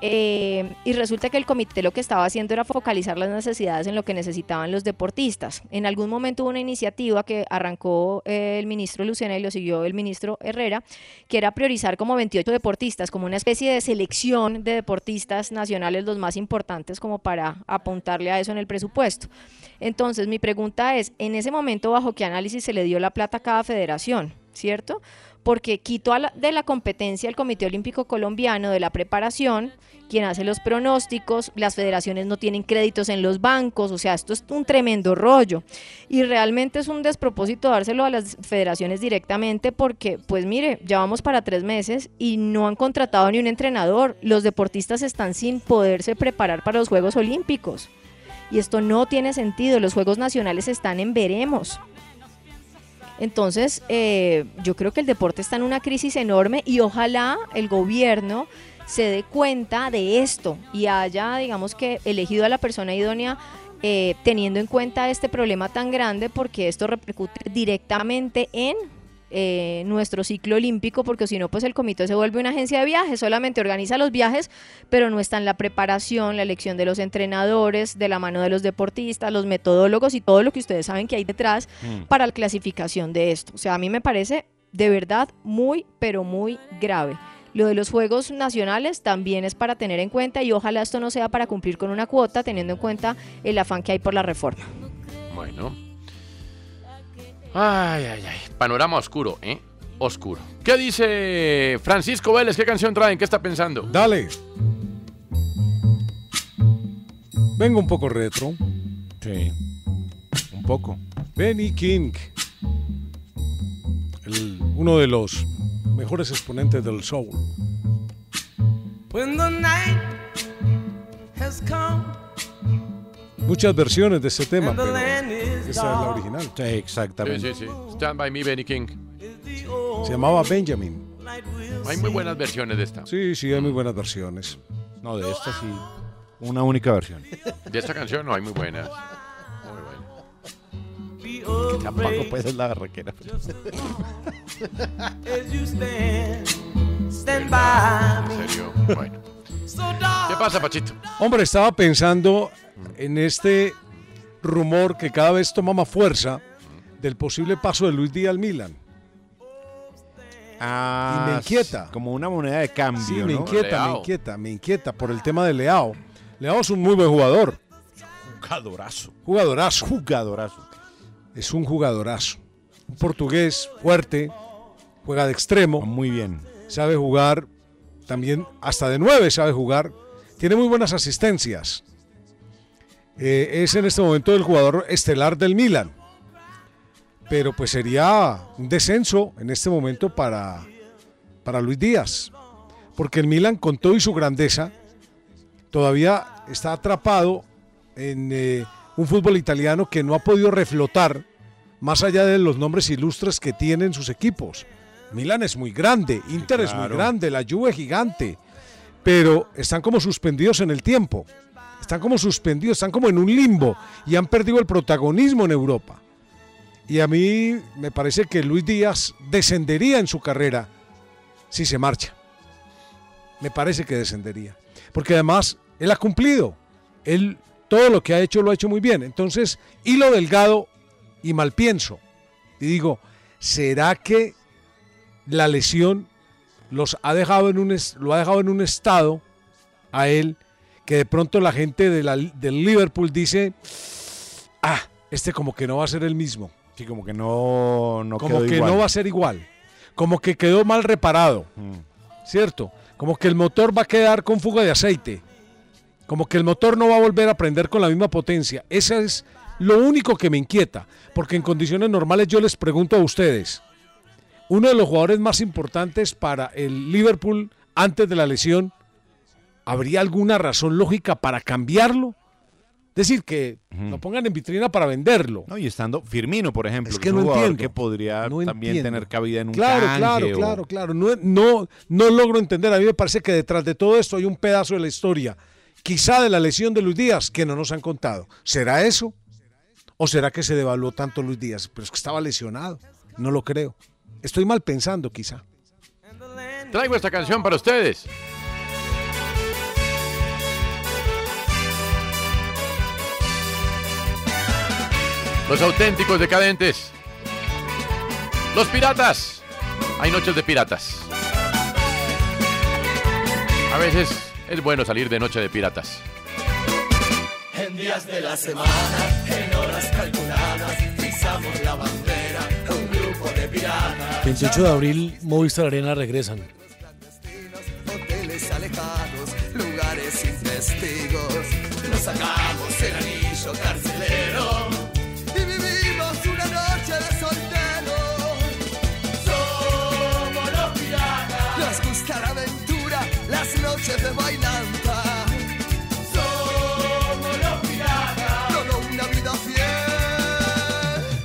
Eh, y resulta que el comité lo que estaba haciendo era focalizar las necesidades en lo que necesitaban los deportistas. En algún momento hubo una iniciativa que arrancó eh, el ministro Lucena y lo siguió el ministro Herrera, que era priorizar como 28 deportistas, como una especie de selección de deportistas nacionales los más importantes como para apuntarle a eso en el presupuesto. Entonces, mi pregunta es, en ese momento, ¿bajo qué análisis se le dio la plata a cada federación? ¿Cierto? Porque quitó a la- de la competencia el Comité Olímpico Colombiano de la preparación, quien hace los pronósticos, las federaciones no tienen créditos en los bancos, o sea, esto es un tremendo rollo. Y realmente es un despropósito dárselo a las federaciones directamente porque, pues mire, ya vamos para tres meses y no han contratado ni un entrenador, los deportistas están sin poderse preparar para los Juegos Olímpicos. Y esto no tiene sentido, los Juegos Nacionales están en veremos. Entonces, eh, yo creo que el deporte está en una crisis enorme y ojalá el gobierno se dé cuenta de esto y haya, digamos que, elegido a la persona idónea eh, teniendo en cuenta este problema tan grande porque esto repercute directamente en eh, nuestro ciclo olímpico porque si no, pues el comité se vuelve una agencia de viajes, solamente organiza los viajes, pero no está en la preparación, la elección de los entrenadores, de la mano de los deportistas, los metodólogos y todo lo que ustedes saben que hay detrás Mm. para la clasificación de esto. O sea, a mí me parece de verdad muy, pero muy grave. Lo de los Juegos Nacionales también es para tener en cuenta y ojalá esto no sea para cumplir con una cuota, teniendo en cuenta el afán que hay por la reforma. Bueno. Ay, ay, ay. Panorama oscuro, ¿eh? Oscuro. ¿Qué dice Francisco Vélez? ¿Qué canción traen? ¿Qué está pensando? Dale. Vengo un poco retro. Sí. Un poco. Benny King. el- uno de los mejores exponentes del soul. When the night has come Muchas versiones de ese tema, and the pero land is esa es la dark original. Sí, exactamente. Sí, sí, sí. Stand by me, Benny King. Se llamaba Benjamin. Hay muy buenas versiones de esta. Sí, sí, hay muy buenas versiones. No, de esta sí. Una única versión. De esta canción no hay muy buenas. Muy buenas. Que tampoco, pues, es la barraquera. as you stand, stand by me. En serio, bueno. So dark. ¿Qué pasa, Pachito? Hombre, estaba pensando en este rumor que cada vez toma más fuerza del posible paso de Luis Díaz al Milan. Ah, Y me inquieta. sí, Como una moneda de cambio. Sí, me ¿no? inquieta, me inquieta, me inquieta por el tema de Leao. Leao es un muy buen jugador. Jugadorazo. Jugadorazo. Jugadorazo. Es un jugadorazo. Un portugués fuerte, juega de extremo. Ah, Muy bien. sabe jugar, también hasta de nueve sabe jugar, tiene muy buenas asistencias. Eh, es en este momento el jugador estelar del Milan. Pero pues sería un descenso en este momento para, para Luis Díaz. Porque el Milan, con todo y su grandeza, todavía está atrapado en eh, un fútbol italiano que no ha podido reflotar más allá de los nombres ilustres que tienen sus equipos. Milan es muy grande, Inter es claro. muy grande, la Juve es gigante, pero están como suspendidos en el tiempo. Están como suspendidos, están como en un limbo y han perdido el protagonismo en Europa. Y a mí me parece que Luis Díaz descendería en su carrera si se marcha. Me parece que descendería. Porque además él ha cumplido. Él todo lo que ha hecho lo ha hecho muy bien. Entonces, hilo delgado y mal pienso. Y digo, ¿será que la lesión los ha dejado en un es- lo ha dejado en un estado a él que de pronto la gente de la- del Liverpool dice, ah, este como que no va a ser el mismo. Sí, como que no, no como quedó que igual. no va a ser igual. Como que quedó mal reparado. ¿Cierto? Como que el motor va a quedar con fuga de aceite. Como que el motor no va a volver a prender con la misma potencia. Ese es lo único que me inquieta. Porque en condiciones normales yo les pregunto a ustedes. Uno de los jugadores más importantes para el Liverpool antes de la lesión, ¿habría alguna razón lógica para cambiarlo? Es decir, que lo pongan en vitrina para venderlo. No, y estando Firmino, por ejemplo, Es que que es un no jugador entiendo. que podría también entiendo. tener cabida en un Claro, canje claro, o- claro, claro. No, no, no logro entender. A mí me parece que detrás de todo esto hay un pedazo de la historia, quizá de la lesión de Luis Díaz, que no nos han contado. ¿Será eso? ¿O será que se devaluó tanto Luis Díaz? Pero es que estaba lesionado. No lo creo. Estoy mal pensando, quizá. Traigo esta canción para ustedes. Los auténticos decadentes. Los piratas. Hay noches de piratas. A veces es bueno salir de noche de piratas. En días de la semana, en horas calculadas, pisamos la bandera, un grupo de piratas. 28 de abril, Movistar Arena regresan. Hoteles alejados, lugares sin testigos. Nos sacamos el anillo carcelero y vivimos una noche de solteros. Somos los piratas. Nos gusta la aventura, las noches de bailanta. Somos los piratas. Toda una vida fiel.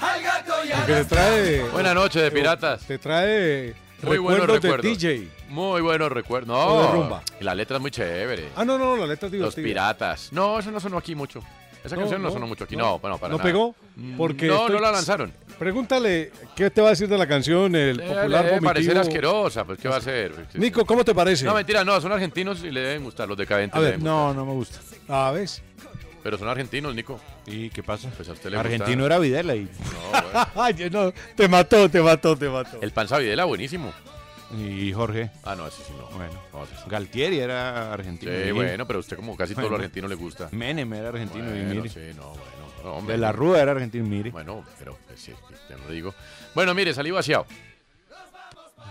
Al gato y a la Buena noche de piratas. Te trae Muy buenos recuerdos de recuerdos. DJ. Muy buenos recuerdos. O No, de rumba. y la letra es muy chévere. Ah, no, no, la letra es Los divertida. piratas. No, eso no sonó aquí mucho. Esa No, canción no, no, sonó mucho aquí. no. No, bueno, para ¿No nada. Mm, pegó? Porque no, estoy- no la lanzaron. Eh, Pregúntale qué te va a decir de la canción, el Debe popular vomitivo. parecer asquerosa, pues ¿qué va a ser? Nico, ¿cómo te parece? No, mentira, no, son argentinos y le deben gustar, los decadentes. A le ver, deben no, no me gusta. Ah, ¿ves? gustar. Pero son argentinos, Nico. ¿Y qué pasa? Pues a usted le Argentino gusta. era Videla y... No, bueno. Ay, no, te mató, te mató, te mató. El panza Videla, buenísimo. Y Jorge. Ah, no, ese sí no. Bueno. Galtieri era argentino. Sí, y- bueno, pero a usted como casi todo lo Bueno. argentino le gusta. Menem era argentino y Bueno, mire. sí, no, bueno, no, hombre. De la Rúa era argentino, mire. Bueno, pero pues, sí, ya no digo. Bueno, mire, salí vaciado.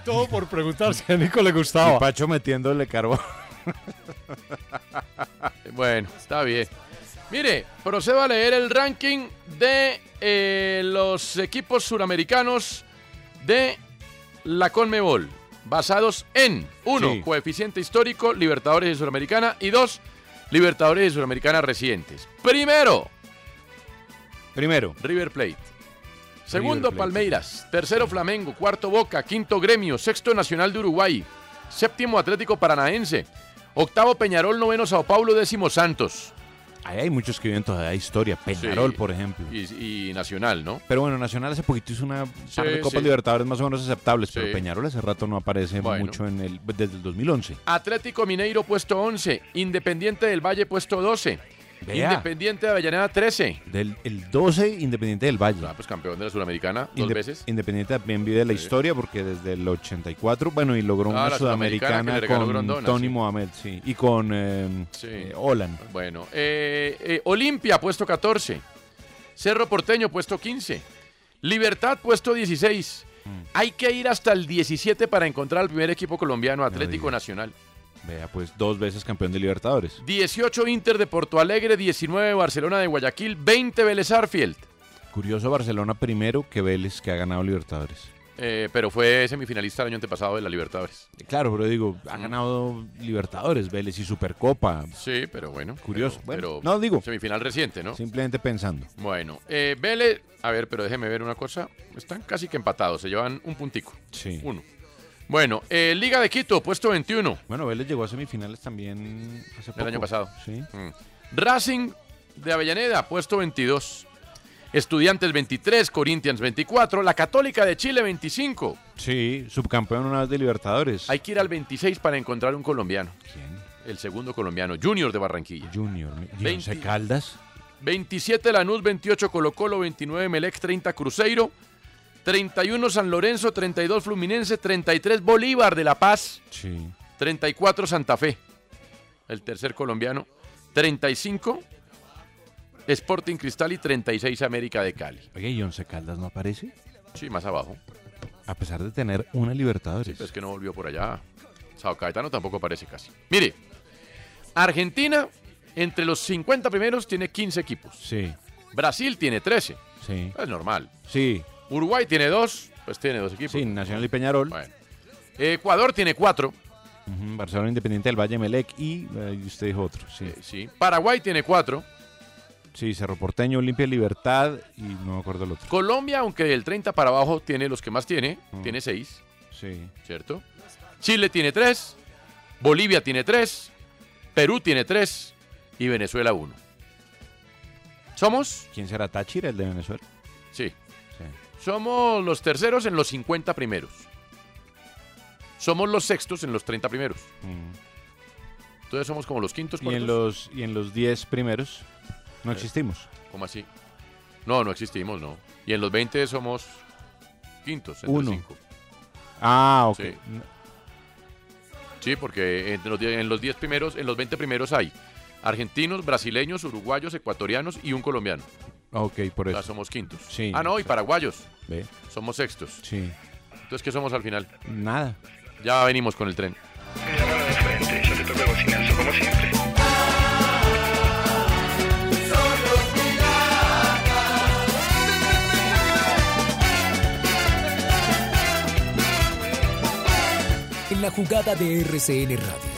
Todo por preguntar si a Nico le gustaba. Y Pacho metiéndole carbón. Bueno, está bien. Mire, procedo a leer el ranking de eh, los equipos suramericanos de la Conmebol, basados en 1. Sí. Coeficiente histórico, Libertadores de Suramericana y 2. Libertadores de Suramericana recientes. Primero, Primero. River Plate. Segundo, Plate. Palmeiras. Tercero, Flamengo. Cuarto, Boca. Quinto, Gremio. Sexto, Nacional de Uruguay. Séptimo, Atlético Paranaense. Octavo, Peñarol. Noveno, Sao Paulo. Décimo, Santos. Ahí hay muchos que viven todavía historia. Peñarol, por ejemplo. Y, y Nacional, ¿no? Pero bueno, Nacional hace poquito hizo una Sí, par de Copas sí. Libertadores más o menos aceptables, Sí. pero Peñarol hace rato no aparece Bueno. mucho en el desde el 2011. Atlético Mineiro puesto 11, Independiente del Valle puesto 12, Vea. Independiente de Avellaneda 13. Del el 12 Independiente del Valle. Ah, pues campeón de la Suramericana dos Inde- veces. Independiente también vive la historia porque desde el 84, bueno, y logró Ah, una la Sudamericana que sudamericana le regaló con Grondona, Tony sí. Mohamed, sí, y con eh, Sí. eh, Olan. Bueno, eh, eh, Olimpia puesto 14, Cerro Porteño puesto 15, Libertad puesto 16, Hay que ir hasta el 17 para encontrar al primer equipo colombiano Atlético Nacional. Vea, pues dos veces campeón de Libertadores. 18 Inter de Porto Alegre, 19 Barcelona de Guayaquil, 20 Vélez Arfield. Curioso Barcelona primero que Vélez, que ha ganado Libertadores. Eh, pero fue semifinalista el año antepasado de la Libertadores. Claro, pero digo, Mm. ha ganado Libertadores, Vélez y Supercopa. Sí, pero bueno. Curioso. pero- Bueno, pero no digo. Semifinal reciente, ¿no? Simplemente pensando. Bueno, eh, Vélez, a ver, pero déjeme ver una cosa. Están casi que empatados, se llevan un puntico. Sí. Uno. Bueno, eh, Liga de Quito, puesto 21. Bueno, Vélez llegó a semifinales también hace poco. Del año pasado. Sí. Mm. Racing de Avellaneda, puesto 22. Estudiantes 23, Corinthians 24, la Católica de Chile 25. Sí, subcampeón una vez de Libertadores. Hay que ir al 26 para encontrar un colombiano. ¿Quién? El segundo colombiano, Junior de Barranquilla. Junior. ¿Y Veinti- Once Caldas? 27 Lanús, 28 Colo Colo, 29 Melec, 30 Cruzeiro, 31 San Lorenzo, 32 Fluminense, 33 Bolívar de La Paz, Sí. 34 Santa Fe, el tercer colombiano, 35 Sporting Cristal y 36 América de Cali. Oye, ¿y Once Caldas no aparece? Sí, más abajo. A pesar de tener Sí, una pues. Libertadores. pero es que no volvió por allá. Sao Caetano tampoco aparece casi. Mire, Argentina entre los 50 primeros tiene 15 equipos. Sí, Brasil tiene 13. sí. Es normal. Sí, Uruguay tiene dos, pues tiene dos equipos. sí, Nacional y Peñarol. Bueno. Ecuador tiene cuatro, Ujú, Barcelona Independiente del Valle Melec y eh, usted dijo otro. Sí. sí. Paraguay tiene cuatro, Sí, Cerro Porteño, Olimpia Libertad y no me acuerdo el otro. Colombia, aunque del 30 para abajo tiene los que más tiene, Mm. tiene seis, Sí. ¿cierto? Chile tiene tres, Bolivia tiene tres, Perú tiene tres y Venezuela uno. ¿Somos? ¿Quién será Táchira, el de Venezuela? Sí. Sí. Somos los terceros en los 50 primeros. Somos los sextos en los 30 primeros. Mm. Entonces somos como los quintos, Y en cuartos. los y en los 10 primeros no Eh. existimos. ¿Cómo así? No, no existimos, no. Y en los 20 somos quintos, entre Uno. cinco. Ah, ok. Sí. No, Sí, porque entre los die- en los 10 primeros, en los 20 primeros hay argentinos, brasileños, uruguayos, ecuatorianos y un colombiano. Ok, por O eso. sea, somos quintos. Sí, ah, no, y exacto. paraguayos. Ve. Somos sextos. Sí. Entonces, ¿qué somos al final? Nada. Ya venimos con el tren. En la jugada de RCN Radio.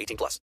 18 plus.